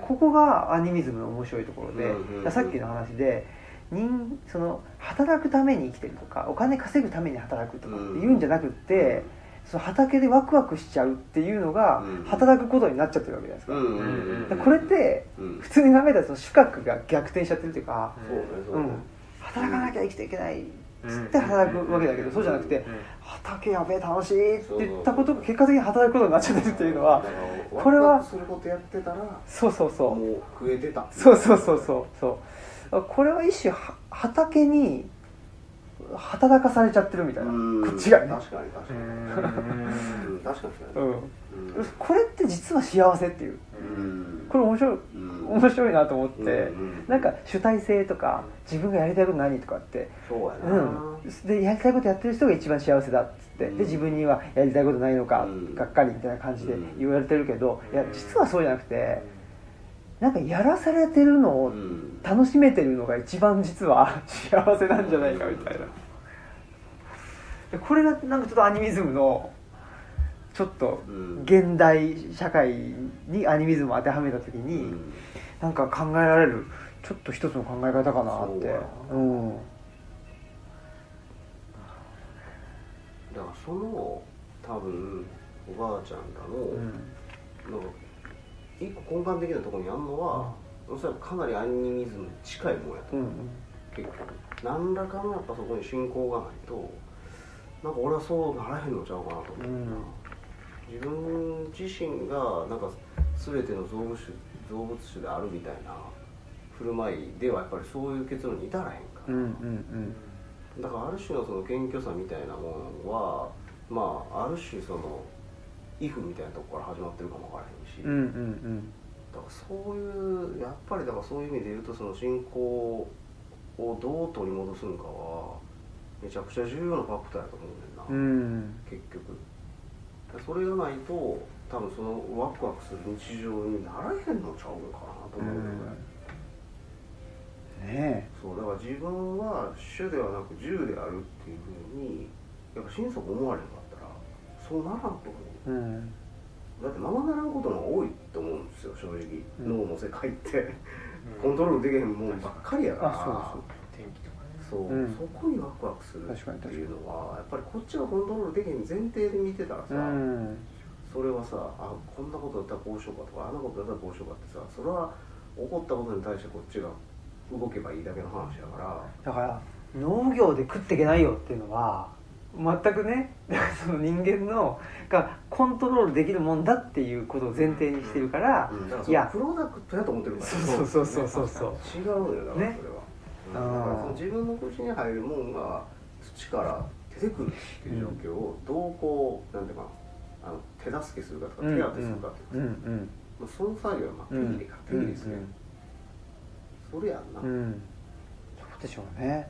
A: ここがアニミズムの面白いところで、
B: うんうんうん
A: だからさっきの話で人その働くために生きてるとかお金稼ぐために働くとかって言うんじゃなくって、その畑でワクワクしちゃうっていうのが
B: うん
A: 働くことになっちゃってるわけじゃないですか,、
C: うん
A: これって普通に考えたらその主格が逆転しちゃってるというか、うん働かなきゃ生きていけないっつって働くわけだけど、そうじゃなくて畑やべえ楽しいって言ったことが結果的に働くことになっちゃってるっていうのは
B: これはすることやってたら
A: そうそうそう。
B: もう食えてた
A: そうそうそうそうそうこれは一種は畑に働かされちゃってるみたいなこっちがね
B: 確かに確かに確かに
A: うんこれって実は幸せっていうこれ面白い面白いなと思って、なんか主体性とか自分がやりたいこと何とかって、
B: そうやな、
A: うん、でやりたいことやってる人が一番幸せだっつって
B: うん
A: で自分にはやりたいことないのか、
B: うん
A: がっかりみたいな感じで
B: うん
A: 言われてるけど、いや実はそうじゃなくてなんかやらされてるのを
B: うん
A: 楽しめてるのが一番実は 幸せなんじゃないかみたいなでこれがなんかちょっとアニミズムのちょっと
B: うん
A: 現代社会にアニミズムを当てはめた時
B: う
A: に、
B: ん
A: なんか考えられるちょっと一つの考え方かなって
B: そううんだからその多分おばあちゃんらの、
A: うん
B: なんか一個根幹的なところにあるのは、おそらくかなりアニミズムに近いもんやと
A: う
B: 思う、
A: ん
B: 結局何らかのやっぱそこに信仰がないとなんか俺はそうならへんのちゃうかなと思うな、
A: うん
B: 自分自身がなんか全ての動物種動物種であるみたいな振る舞いではやっぱりそういう結論に至らへんから、
A: うんうん
B: だからある種のその謙虚さみたいなものはまあある種その「イフ」みたいなとこから始まってるかもわからへんし、
A: うんうんうん
B: だからそういうやっぱりだからそういう意味で言うとその信仰をどう取り戻すのかはめちゃくちゃ重要なファクターやと思うね
A: うん
B: んな、
A: うん
B: 結局だからそれがないと多分そのワクワクする日常にならへんのちゃうのかなと思うぐらい、
A: うね
B: そうだから自分は主ではなく銃であるっていうふうにやっぱ心底思われなかったらそうならんと思う
A: えうん
B: だってままならんことの方が多いと思うんですよ正直、
A: うん
B: 脳の世界って
C: う
B: コン
C: ん
B: トロールできへんもんばっかりやから
A: あそう
C: 天気とかね
B: そう
A: うん
B: そこにワクワクする
A: 確かに
B: っていうのはやっぱりこっちがコントロールできへん前提で見てたらさ、
A: そううん
B: それはさあこんなことだったらこうしようかとかあんなことだったらこうしようかってさそれは起こったことに対してこっちが動けばいいだけの話やから
A: だから農業で食っていけないよっていうのは全くねだからその人間のがコントロールできるもんだっていうことを前提にしてるから、
B: うんだから
A: いや
B: そのプロダクトやと思ってるから
A: そうそうそうそうそうそう
B: 違うのよだから
A: ね
B: それは、う
A: あ
B: ん
A: ー
B: だからその自分の口に入るもんが土から出てくるっていう状況をどうこうなんていうかなあの手助けするかとか手当てするかとか、
A: うんうん
B: まあ、その作業はまあ
A: う
B: 手
A: ん
B: 切りか手切りですね、それやんな、
A: うん、うん、そうでしょうね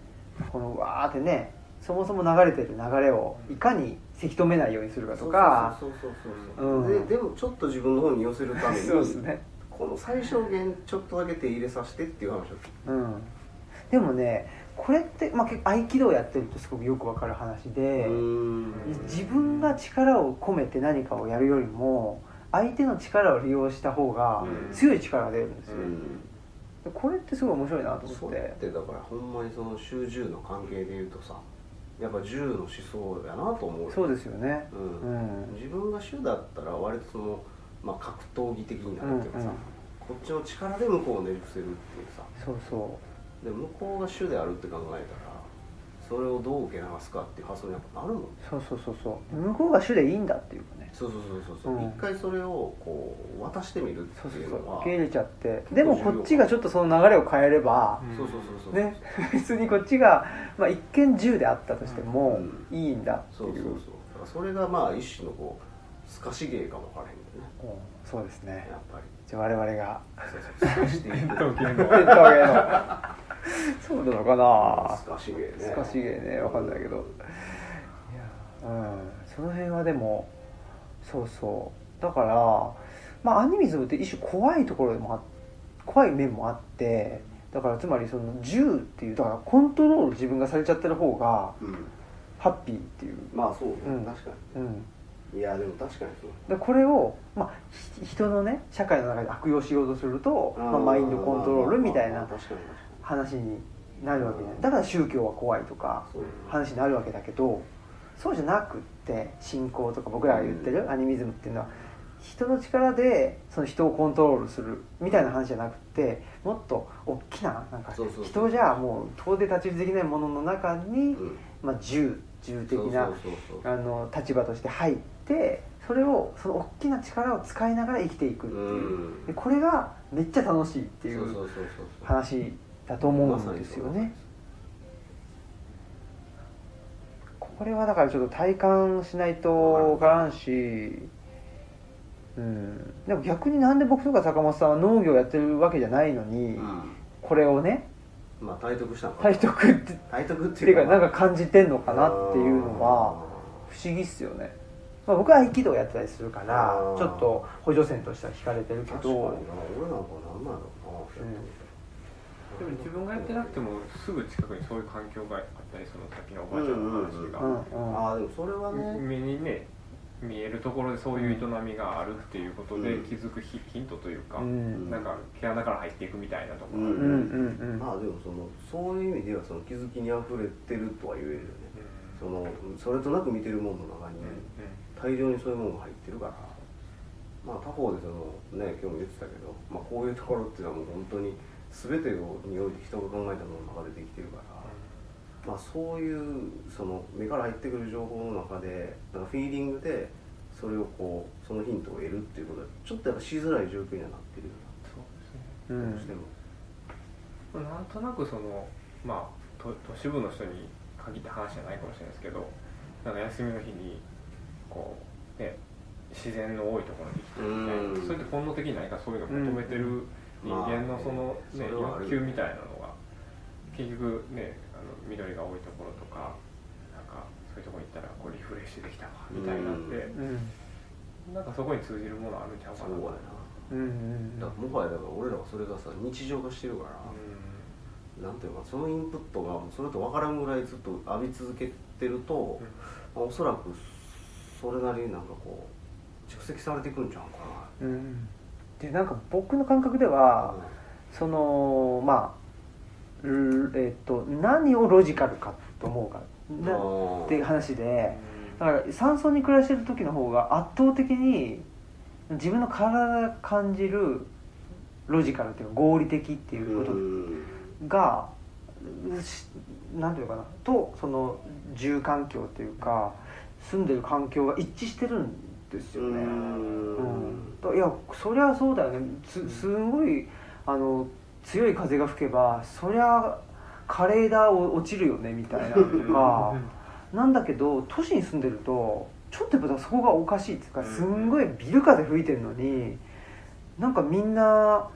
A: このわーってねそもそも流れてる流れをいかにせき止めないようにするかとか
B: そうそうそうそうそう、
A: うん
B: ででもちょっと自分の方に寄せるために
A: そうですね
B: この最小限ちょっとだけ手入れさせてっていう話を
A: うんでもねこれって、まあ、結構合気道やってるとすごくよくわかる話で、自分が力を込めて何かをやるよりも相手の力を利用した方が
B: うん
A: 強い力が出るんです
B: う
A: よ、
B: ん
A: でこれってすごい面白いなと
B: そ
A: 思っ
B: うや
A: て
B: ってだからほんまにその衆銃の関係で言うとさやっぱ銃の思想やなと思う
A: そう
B: で
A: ですよね
B: う、
A: うんん
B: 自分が主だったら割とその、まあ、格闘技的になるっていうか
A: う
B: さ、
A: んうん
B: こっちの力で向こうをねじ伏せるっていうさ
A: そうそ
B: で向こうが主であるって考えたらそれをどう受け流すかっていう発想にやっぱなるもんね
A: うそうそうそうそう向こうが主でいいんだっていうかね
B: そうそうそうそうそう、
A: うん
B: 一回それをこう渡してみるっ
A: そう
B: て
A: そう
B: いう
A: そ
B: の
A: う
B: は
A: 受け入れちゃって
B: 構
A: でもこっちがちょっとその流れを変えれば、
B: そうそうそうそう
A: ね 別にこっちが、まあ、一見銃であったとしても
B: う
A: いいんだって
B: そうそう
A: い
B: そううだからそれがまあ一種のこう透かし芸かもわからへんけどね
A: うんそうですね
B: やっぱり
A: じゃあ我々が
B: そうそう透かしていく
C: 東京
A: ペットあげのそうなのかな
B: 透かし芸ね
A: 難しいねわかんないけどうんその辺はでもそうそうだからまあアニミズムって一種怖いところでもあ怖い面もあってだからつまりその銃っていうだからコントロール自分がされちゃってる方が
B: うん
A: ハッピーっていう、
B: まあそうね、
A: うん
B: 確か
A: うん、
B: にいやでも確かにそう
A: でこれを、まあ、ひ人のね社会の中で悪用しようとすると、まあ、
B: うん
A: マインドコントロールみたい
B: まあ
A: な
B: まあ確かに確か
A: 話になるわけじゃないだから宗教は怖いとか
B: にそう
A: 話になるわけだけどそうじゃなくって信仰とか僕らが言ってるアニミズムっていうのは人の力でその人をコントロールするみたいな話じゃなくてもっと大きななんか
B: そうそうそう
A: 人じゃもう到底立ち入りできないものの中に、
B: うん
A: まあ、銃銃的な
B: そうそうそう
A: あの立場として入ってそれをその大きな力を使いながら生きていくって
B: う
A: いう、
B: ん
A: でこれがめっちゃ楽しいってい
B: そう
A: う
B: そうそうそうそう
A: 話だと思うんですよね。これはだからちょっと体感しないと分からんし、うん、でも逆になんで僕とか坂本さんは農業やってるわけじゃないのに、
B: うん
A: これをね
B: まあ体得したのか
A: 体得って
B: 体得っ
A: って
B: て
A: い
B: いうう
A: か
B: か
A: なんか感じてんのかなっていうのは不思議っすよね、まあ、僕は合気道やってたりするから
B: あー
A: ちょっと補助線としては引かれてるけ
B: 確かにな
A: ど
B: 俺なんかなんなんだろうな、
C: でも自分がやってなくてもすぐ近くにそういう環境があったりそのさっきのおばあちゃんの話
A: うん
C: が
A: うん
B: ああでもそれはね、
C: 目にね見えるところでそういう営みがあるっていうことで
B: うん
C: 気づくヒヒントというか、
A: うん
C: なんか毛穴から入っていくみたいなところ、
B: う
A: う
B: ん
A: んうん
B: まあでもそのそういう意味ではその気づきにあふれてるとは言えるよねそのそれとなく見てるものの中に大量にそういうものが入ってるからまあ他方でそのね今日も言ってたけど、まあ、こういうところっていうのはもう本当に全てにおいて人が考えたものの中でできてるから、まあ、そういうその目から入ってくる情報の中でなんかフィーリングでそれをこうそのヒントを得るっていうことはちょっとやっぱしづらい状況にはなってるよ
C: そうですね
A: う
B: な、
A: ん
B: どうしても。
C: なんとなくそのまあ都都市部の人に限った話じゃないかもしれないですけどなんか休みの日にこうね自然の多いところに生きてるみたいな
B: うん
C: それって本能的に何かそういうのを求めてる人間のその、
B: うん
C: ね
B: まあそれはある
C: 欲求みたいなのが結局ねあの緑が多いところとかなんかそういうところに行ったらこうリフレッシュできたわみたいなって、
B: う
A: うん
C: なんかそこに通じるものあるんちゃう
B: そ
C: か
B: う
C: な
B: や
A: う
B: な
A: んうん
B: だからもはやだから俺らはそれがさ日常化してるから、
C: うん
B: なんていうかそのインプットがもうそれと分からんぐらいずっと浴び続けてると、まあおそらくそれなりになんかこう蓄積されていくんちゃうか
A: うん、でなんか僕の感覚で
B: な、
A: はそのまあうーえっと何をロジカルかと思うかな
B: うん
A: っていう話でだ
C: うん
A: から山村に暮らしてる時の方が圧倒的に自分の体が感じるロジカルっていうか合理的っていううこ
B: ん
A: とがしなんていうのかなとその住環境っていうか住んでる環境が一致してるんですよね。
B: うん
A: うん、いやそりゃそうだよねすすんごいあの強い風が吹けばそりゃ枯れ枝を落ちるよねみたいなのと かなんだけど都市に住んでるとちょっとやっぱそこがおかしいっていうかすんごいビル風吹いてるのになんかみんな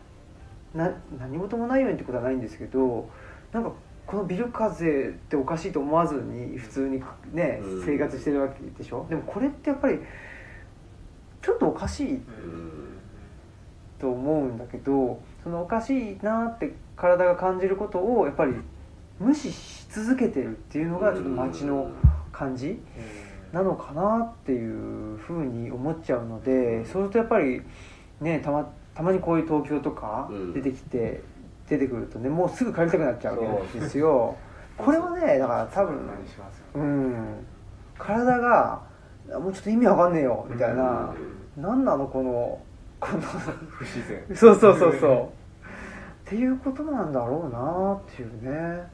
A: な何事もないようにってことはないんですけどなんかこのビル風っておかしいと思わずに普通にね
B: うん
A: 生活してるわけでしょでもこれってやっぱりちょっとおかしいと思うんだけどそのおかしいなって体が感じることをやっぱり無視し続けてるっていうのがちょっと街の感じなのかなっていうふうに思っちゃうのでそうするとやっぱりねたまたまにこういう東京とか
B: うん
A: 出てきて、出てくるとねもうすぐ帰りたくなっちゃうわけですよ。
C: そう
A: これはねだから多分
C: 何しますよ
A: うん体がもうちょっと意味わかんねえよみたいな、なんなのこのこの
C: 不自然
A: そうそうそう そう。っていうことなんだろうなっていうね。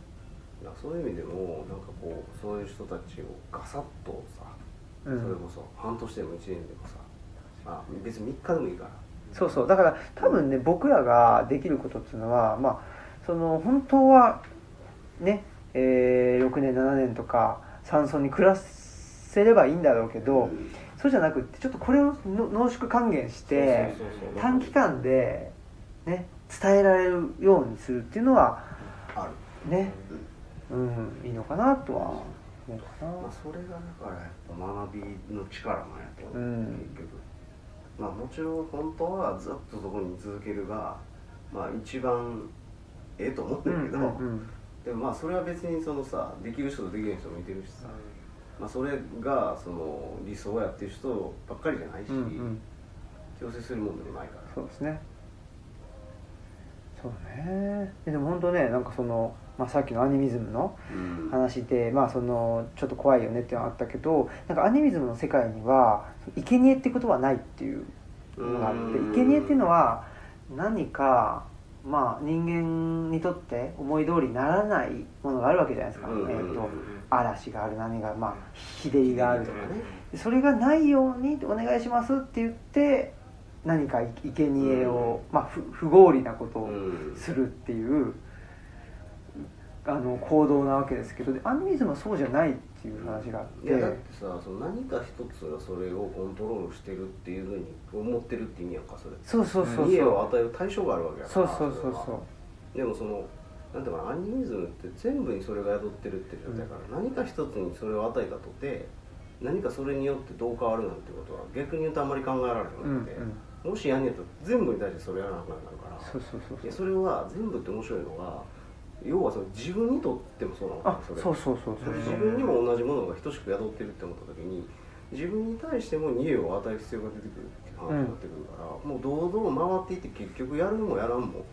B: いやそういう意味でもなんかこうそういう人たちをガサッとさ、
A: う
B: それ
A: ん、
B: こそ半年でも1年でもさあ別に3日でもいいから
A: そうそうだから多分ね僕らができることっていうのはまあその本当はね、えー6年7年とか山村に暮らせればいいんだろうけど、
B: うん
A: そうじゃなくってちょっとこれをの濃縮還元して
B: そうそうそうそう
A: 短期間で、ね、伝えられるようにするっていうのは
B: ある
A: ね、うん、いいのかなとは思うかな。
B: まあ、それがだからやっぱ学びの力なんやと思う、
A: うん
B: 結局まあもちろん本当はずっとそこに続けるがまあ一番ええと思うんだけど、
A: うんうんうん
B: でもまあそれは別にそのさできる人とできない人もいてるしさ、まあ、それがその理想やっていう人ばっかりじゃないし、
A: うんうん
B: 強制するもんでもないから
A: そうですねそうねででも本当ねなんかその、まあ、さっきのアニミズムの
B: うん
A: 話で、まあ、そのちょっと怖いよねっていうのがあったけどなんかアニミズムの世界には生贄ってことはないっていうのがあって
B: うん
A: 生贄っていうのは何か、まあ、人間にとって思い通りにならないものがあるわけじゃないですか、
B: うん
A: えー、
B: う
A: と
B: ん
A: 嵐がある波が、まあ、日照りがあるとか
B: ね
A: それがないようにお願いしますって言って何かいけにえを、まあ、不不合理なことを
B: うん
A: するっていう、あの行動なわけですけどでアニミズムはそうじゃないっていう話があって
B: いやだってさその何か一つがそれをコントロールしてるっていうふうに思ってるって意味やんかそれ
A: そうそうそうそう
B: 家を与える対象があるわけやか
A: そう
B: ら
A: そうそう
B: れは
A: そ
B: でもそのなんていうかなアニミズムって全部にそれが宿ってるって状態だから、何か一つにそれを与えたとて何かそれによってどう変わるなんてことは逆に言うとあんまり考えられな
A: う、うんう
B: く
A: ん
B: て、、もしやんねやったら全部に対してそれやらなくなるから
A: そうそうそう
B: いや
A: そう
B: それは全部って面白いのが要はその自分にとってもそうなのか
A: あ
B: な
A: そう
B: れ
A: そうそうそう
B: それ自分にも同じものが等しく宿ってるって思った時に自分に対しても家を与える必要が出てくるっていう話になってくるから、もう堂々回っていって結局やるもやらんも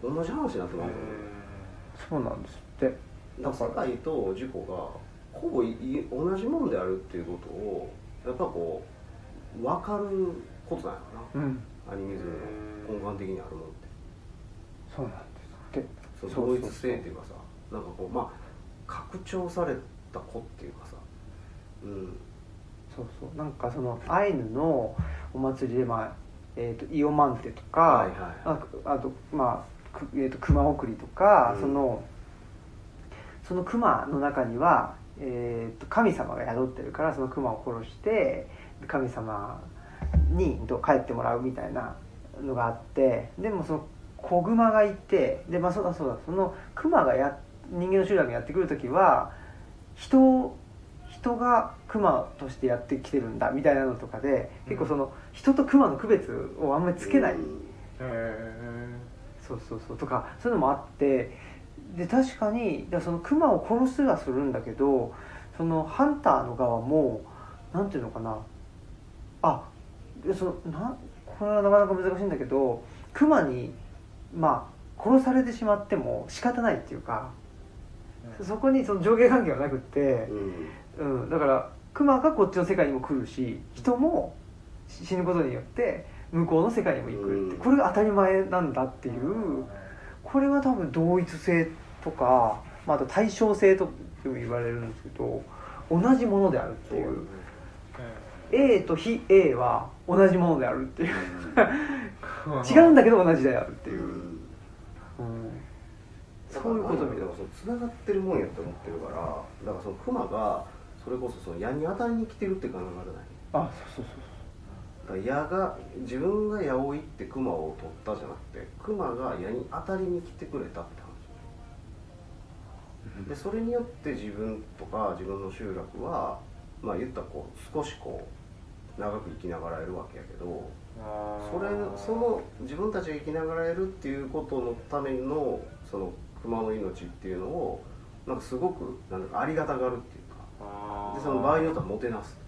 B: 同じ話になってまうのよ
A: そうなんですって
B: だから世界と自己がほぼいい同じもんであるっていうことをやっぱこう分かることなんやろ
A: うん
B: なアニミズムの根幹的にあるもんって
A: そうなんですって
B: その同一性っていうかさなんかこうまあ拡張された子っていうかさうん
A: そうそうなんかそのアイヌのお祭りで、まあえー、とイオマンテとか、
B: はいはい
A: ああとまあ、くえー、と熊送りとか、
B: うん
A: そのその熊の中には、えー、と神様が宿ってるからその熊を殺して神様にと帰ってもらうみたいなのがあってでもその子熊がいてでまあそうだそうだその熊がや人間の集団がやってくる時は人を人が熊としてやってきてるんだみたいなのとかで結構その人と熊の区別をあんまりつけない、
B: うん
C: へえ
A: そうそうそうとかそういうのもあってで確かにだからそのクマを殺すはするんだけどそのハンターの側もなんていうのかなあでそのなんこれはなかなか難しいんだけどクマにまあ殺されてしまっても仕方ないっていうかそこにその上下関係はなくって、
B: うん
A: うん、だからクマがこっちの世界にも来るし人もし死ぬことによって向こうの世界にも行くって
B: うん
A: これが当たり前なんだっていうこれは多分同一性とか、まあ、あと対称性とも言われるんですけど同じものであるっていう A と非 A は同じものであるっていう違うんだけど同じであるって
B: て
A: い、
B: いうう
A: うんそういうことみたいな
B: つながってるもんやと思ってるからだからそのクマがそれこそその矢に当たりに来てるって考えられない
C: あそうそうそう
B: だから矢が自分が矢を射ってクマを取ったじゃなくてクマが矢に当たりに来てくれたって話でそれによって自分とか自分の集落はまあ言ったらこう少しこう長く生きながらえるわけやけどそれその自分たちが生きながらえるっていうことのためのその熊の命っていうのをなんかすごくなんだかありがたがるっていうかでその場合によってはもてなす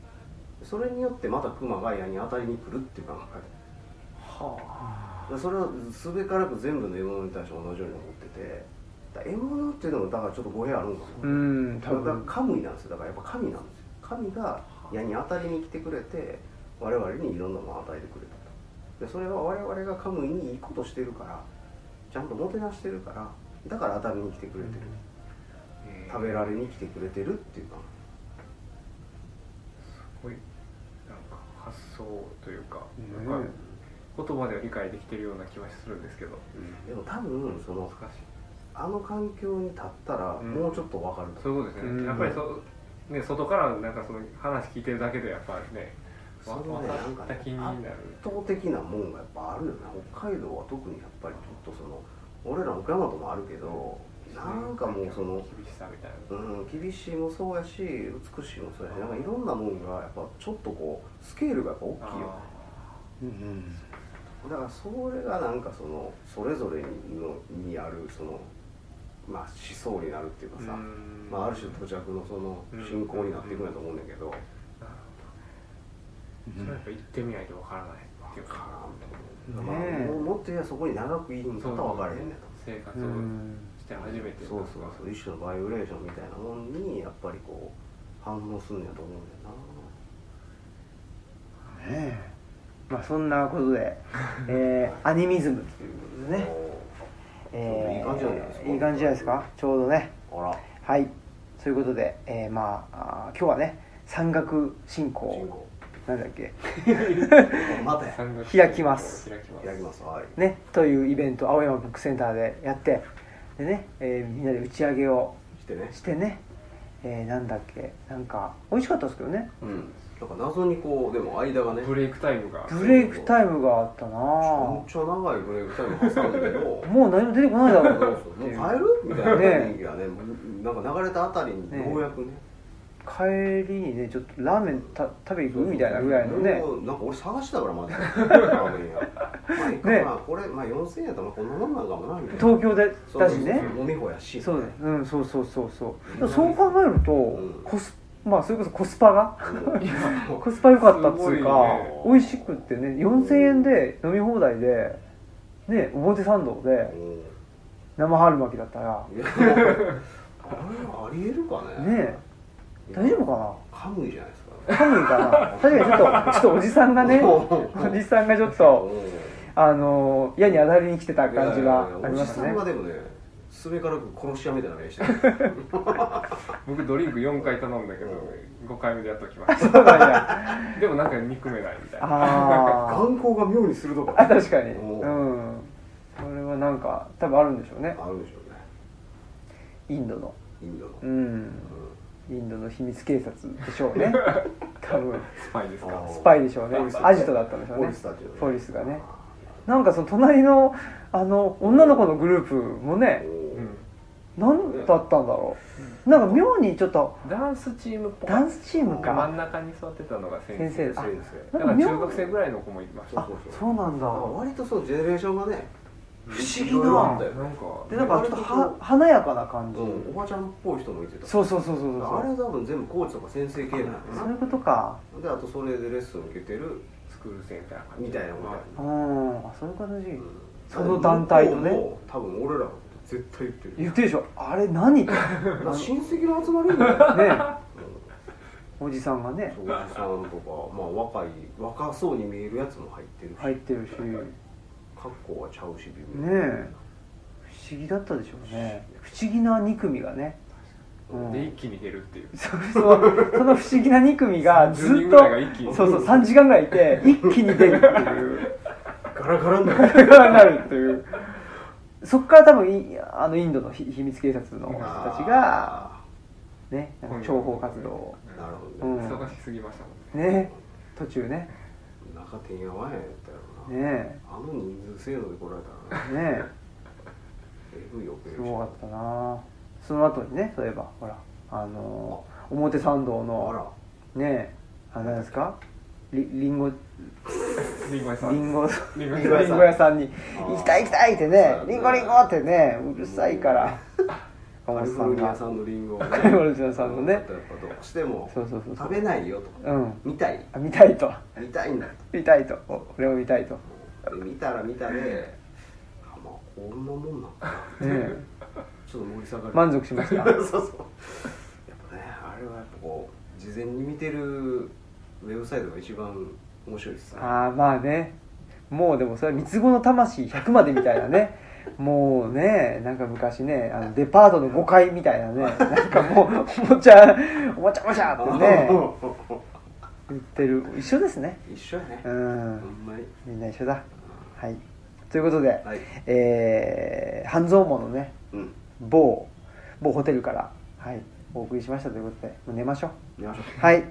B: それによってまた熊が矢に当たりに来るっていう考え
A: は
B: だからそれはすべからく全部の獲物に対して同じように思っててだから獲物っていうのもだからちょっと語弊あるんか
A: う
B: な、
A: ん多
B: だから
A: 分
B: 神なんですよだからやっぱ神なんですよ神が矢に当たりに来てくれて我々にいろんなものを与えてくれたとでそれは我々が神にいいことしてるからちゃんともてなしてるからだから当たりに来てくれてる、食べられに来てくれてるっていうか
C: すごいなんか発想というか,、
A: ね
C: なんか言葉では理解できてるような気はするんですけど
B: でも多分そ
C: 難
B: の
C: しい
B: あの環境に立ったら
C: うん
B: もうちょっとわかると
C: そういうことですね、
A: うん
C: やっぱりそう、ね、外からなんかその話聞いてるだけでやっぱね
B: そ
C: わ
B: のね
C: わ
B: なんか
C: かった
B: ね
C: 気になる
B: 圧倒的なもんがやっぱあるよね北海道は特にやっぱりちょっとその俺ら岡山ともあるけどなんかもうその
C: 厳しさみたいな
B: うん、厳しいもそうやし美しいもそうやしなんかいろんなもんがやっぱちょっとこうスケールがやっぱ大きいよだからそれがなんかそのそれぞれにのにあるそのまあ思想になるっていうかさ、
C: うん
B: まあ、ある種土着のその
C: うん
B: 信仰になっていくんやと思うんだけど、
C: なるほどそれはやっぱ行ってみないとわからないっていうか
B: まあ
A: ねえ
B: もうもっと言えばそこに長くいいんだったら分かれへんねんと
C: 生活
A: う
C: を
A: ん
C: して初めて
B: そうそうそう一種のバイブレーションみたいなもんにやっぱりこう反応するんやと思うんだよな
A: ねえまあそんなこと で、えーアニミズムということでね、え
B: ちょうどいい感じじゃないですか
A: いい感じじゃないですかちょうどね
B: あら
A: はいそういうことで、えーまああー今日はね山岳信
B: 人
A: 仰
B: 口
A: なんだっけ
B: 待て
C: 山岳
A: 開きます
C: 開きます
B: 開きますはい
A: ねというイベント青山ブックセンターでやってでね、えーみんなで打ち上げを
B: してね
A: してね、えーなんだっけなんか美味しかったですけどね
B: うんなんか謎にこうでも間がね
C: ブレイクタイムが
A: ブレイクタイムがあったな
B: めっちゃ長いブレイクタイム挟んだけど
A: もう何も出てこないだ
B: そう
A: ろう
B: そう
A: って
B: もう帰
A: いう
B: るみたいな雰囲気がねなんか流れたあたりにようやくね
A: 帰りにねちょっとラーメンた食べ行くみたいなぐらいのね
B: もうなんか俺探してたから マジでラーメン屋まあいくら
A: ね
B: まあこれまあ4000円やったらまあこんなもんなんかもなみたいな
A: 東京で
B: そう
A: だしね
B: おみほやし
A: そうだうんそうそうそうそうでも
B: うん
A: そう考えると、
B: うん
A: コスまあそれこそコスパが
B: いやもう
A: コスパ良かったっつう
C: す
A: か、
C: ごいね
A: 美味しくってね4000円で飲み放題でね表参道で生春巻きだったら
B: うんいやあれありえるかね
A: ね大丈夫か
B: カムイじゃないですか
A: な寒いかな確かにちょっとちょっとおじさんが ねおじさんがちょっとあのー矢に当たりに来てた感じがありました
B: いやいやいやおじさ
A: ね
B: んがでもねすべからく殺し屋みたいな目してる
C: 僕ドリンク4回頼んだけど5回目でやっときまし
A: そうなんや
C: たでもなんか憎めないみたいな
A: あー
B: 眼光が妙に鋭かっ
A: あ
B: た
A: 確かに
B: お
A: うんそれはなんか多分あるんでしょうね
B: あるでしょうね
A: インドの
B: インドの
A: うんインドの秘密警察でしょうね多分
C: スパイですか
B: あ
A: スパイでしょうね
B: ポリス
A: アジトだったんでしょう
B: ポ
A: ね
B: リスたちのね
A: ポリスがねなんかその隣のあの女の子のグループも
B: お
A: ね
B: ー
C: うん
A: 何だったんだろうなんか妙にちょっと
C: ダンスチームっぽい
A: ダンスチーム
C: 真
A: か
C: ん中に座ってたのが先
A: 先生
C: 生
A: だ
B: そうですね
A: あ
C: だから中学生ぐらいの子もいました
A: あそうなんだ
B: 割とそのジェネレーションがね不思議なんだよ、
C: なんか
A: でなんかちょっとは華やかな感じ、
B: うん、おばちゃんっぽい人もいてた
A: そうそうそうそうそう
B: あれは多分全部コーチとか先生系なんだよ
A: そうい
B: な
A: うことか
B: であとそれでレッスン受けてる
C: スクール生みたいな感じ
B: みたいなみたいな
A: うんあそういう感じ、
B: うん
A: その団体とね
B: 向こうも多分俺らのこと絶対言ってる
A: 言ってるでしょあれ何っ てね
B: まあ親戚の集まりみたいな、うん
A: おじさんがね
B: そうおじさんとか、まあ、若い若そうに見えるやつも入ってるし、
A: 入ってるしね
B: 格好はちゃうし微
A: え
B: 妙
A: 不思議だったでしょうね不思議な2組がね、うん
C: で一気に減るっていう
A: そうそうその不思議な2組がず
C: 30人
A: っ
C: ぐ
A: と
C: らいが一気に
A: そうそう3時間ぐらいいて一気に出るって いう
B: ガラガラになる
A: だからなるっていうそっから多分いあのインドのひ秘密警察の人たちが
B: あ
A: ねなんか諜報活動を
B: ーなるほ
A: う
B: どね、
A: ん
C: 忙しすぎましたもんね
A: ね途中ね
B: 中てんやわんやったやろな、
A: ね
B: あの人数制度で来られたらね
A: えねえ
B: えぐいオペレー
A: す
B: ション
A: ごかったなその後にねそういえばほらあのー表参道
B: あ
A: の
B: ら
A: ねえあれなんですかりりんごり
C: リンゴ屋さん
A: んご
C: リンゴ
A: り
C: 屋さん
A: んご屋さんに「
B: あー
A: 行きたい行きたい!」ってね「
B: そうだね
A: りんごりんご!」ってねうるさいから
B: カ
A: 岡本
B: リフ
A: さ
B: ォ
A: ん
B: ルニア
A: が
B: 産のリンゴをね
A: カリフォルニア産のね
B: やっぱどうしても
A: そうそうそうそう
B: 食べないよと
A: うん
B: 見たい
A: あ見たいと
B: 見たいんだ
A: 見たいとお俺も見たいとね
B: とで見たら見たであまあこんなもんなんだ
A: え
B: ちょっと盛り下がる
A: 満足しました
B: そうそうやっぱねあれはやっぱこう事前に見てるウェブサイトが一番面白いですね
A: ああまあねもうでもそれは三つ子の魂100までみたいなねもうねなんか昔ねあのデパートの5階みたいなねなんかもうおもちゃおもちゃおもちゃってね言ってる一緒ですね
B: 一緒やね
A: う
B: ほ
A: ん
B: んまに
A: みんな一緒だはいということで、
B: はい
A: えー半蔵門のね
B: うん
A: 某某ホテルからはいお送りしましたということでもう寝ましょう
B: 見ましょう
A: はい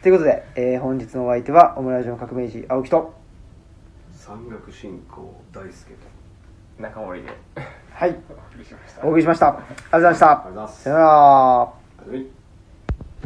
A: ということで、えー本日のお相手はオムライスの革命児青木と
B: 山岳信仰大輔と
C: 中森で
A: はい
C: お送りしました
A: お送りしました。ありがとうございまし
B: ありがとうございま
A: た。
B: す
A: さよなら。
B: はい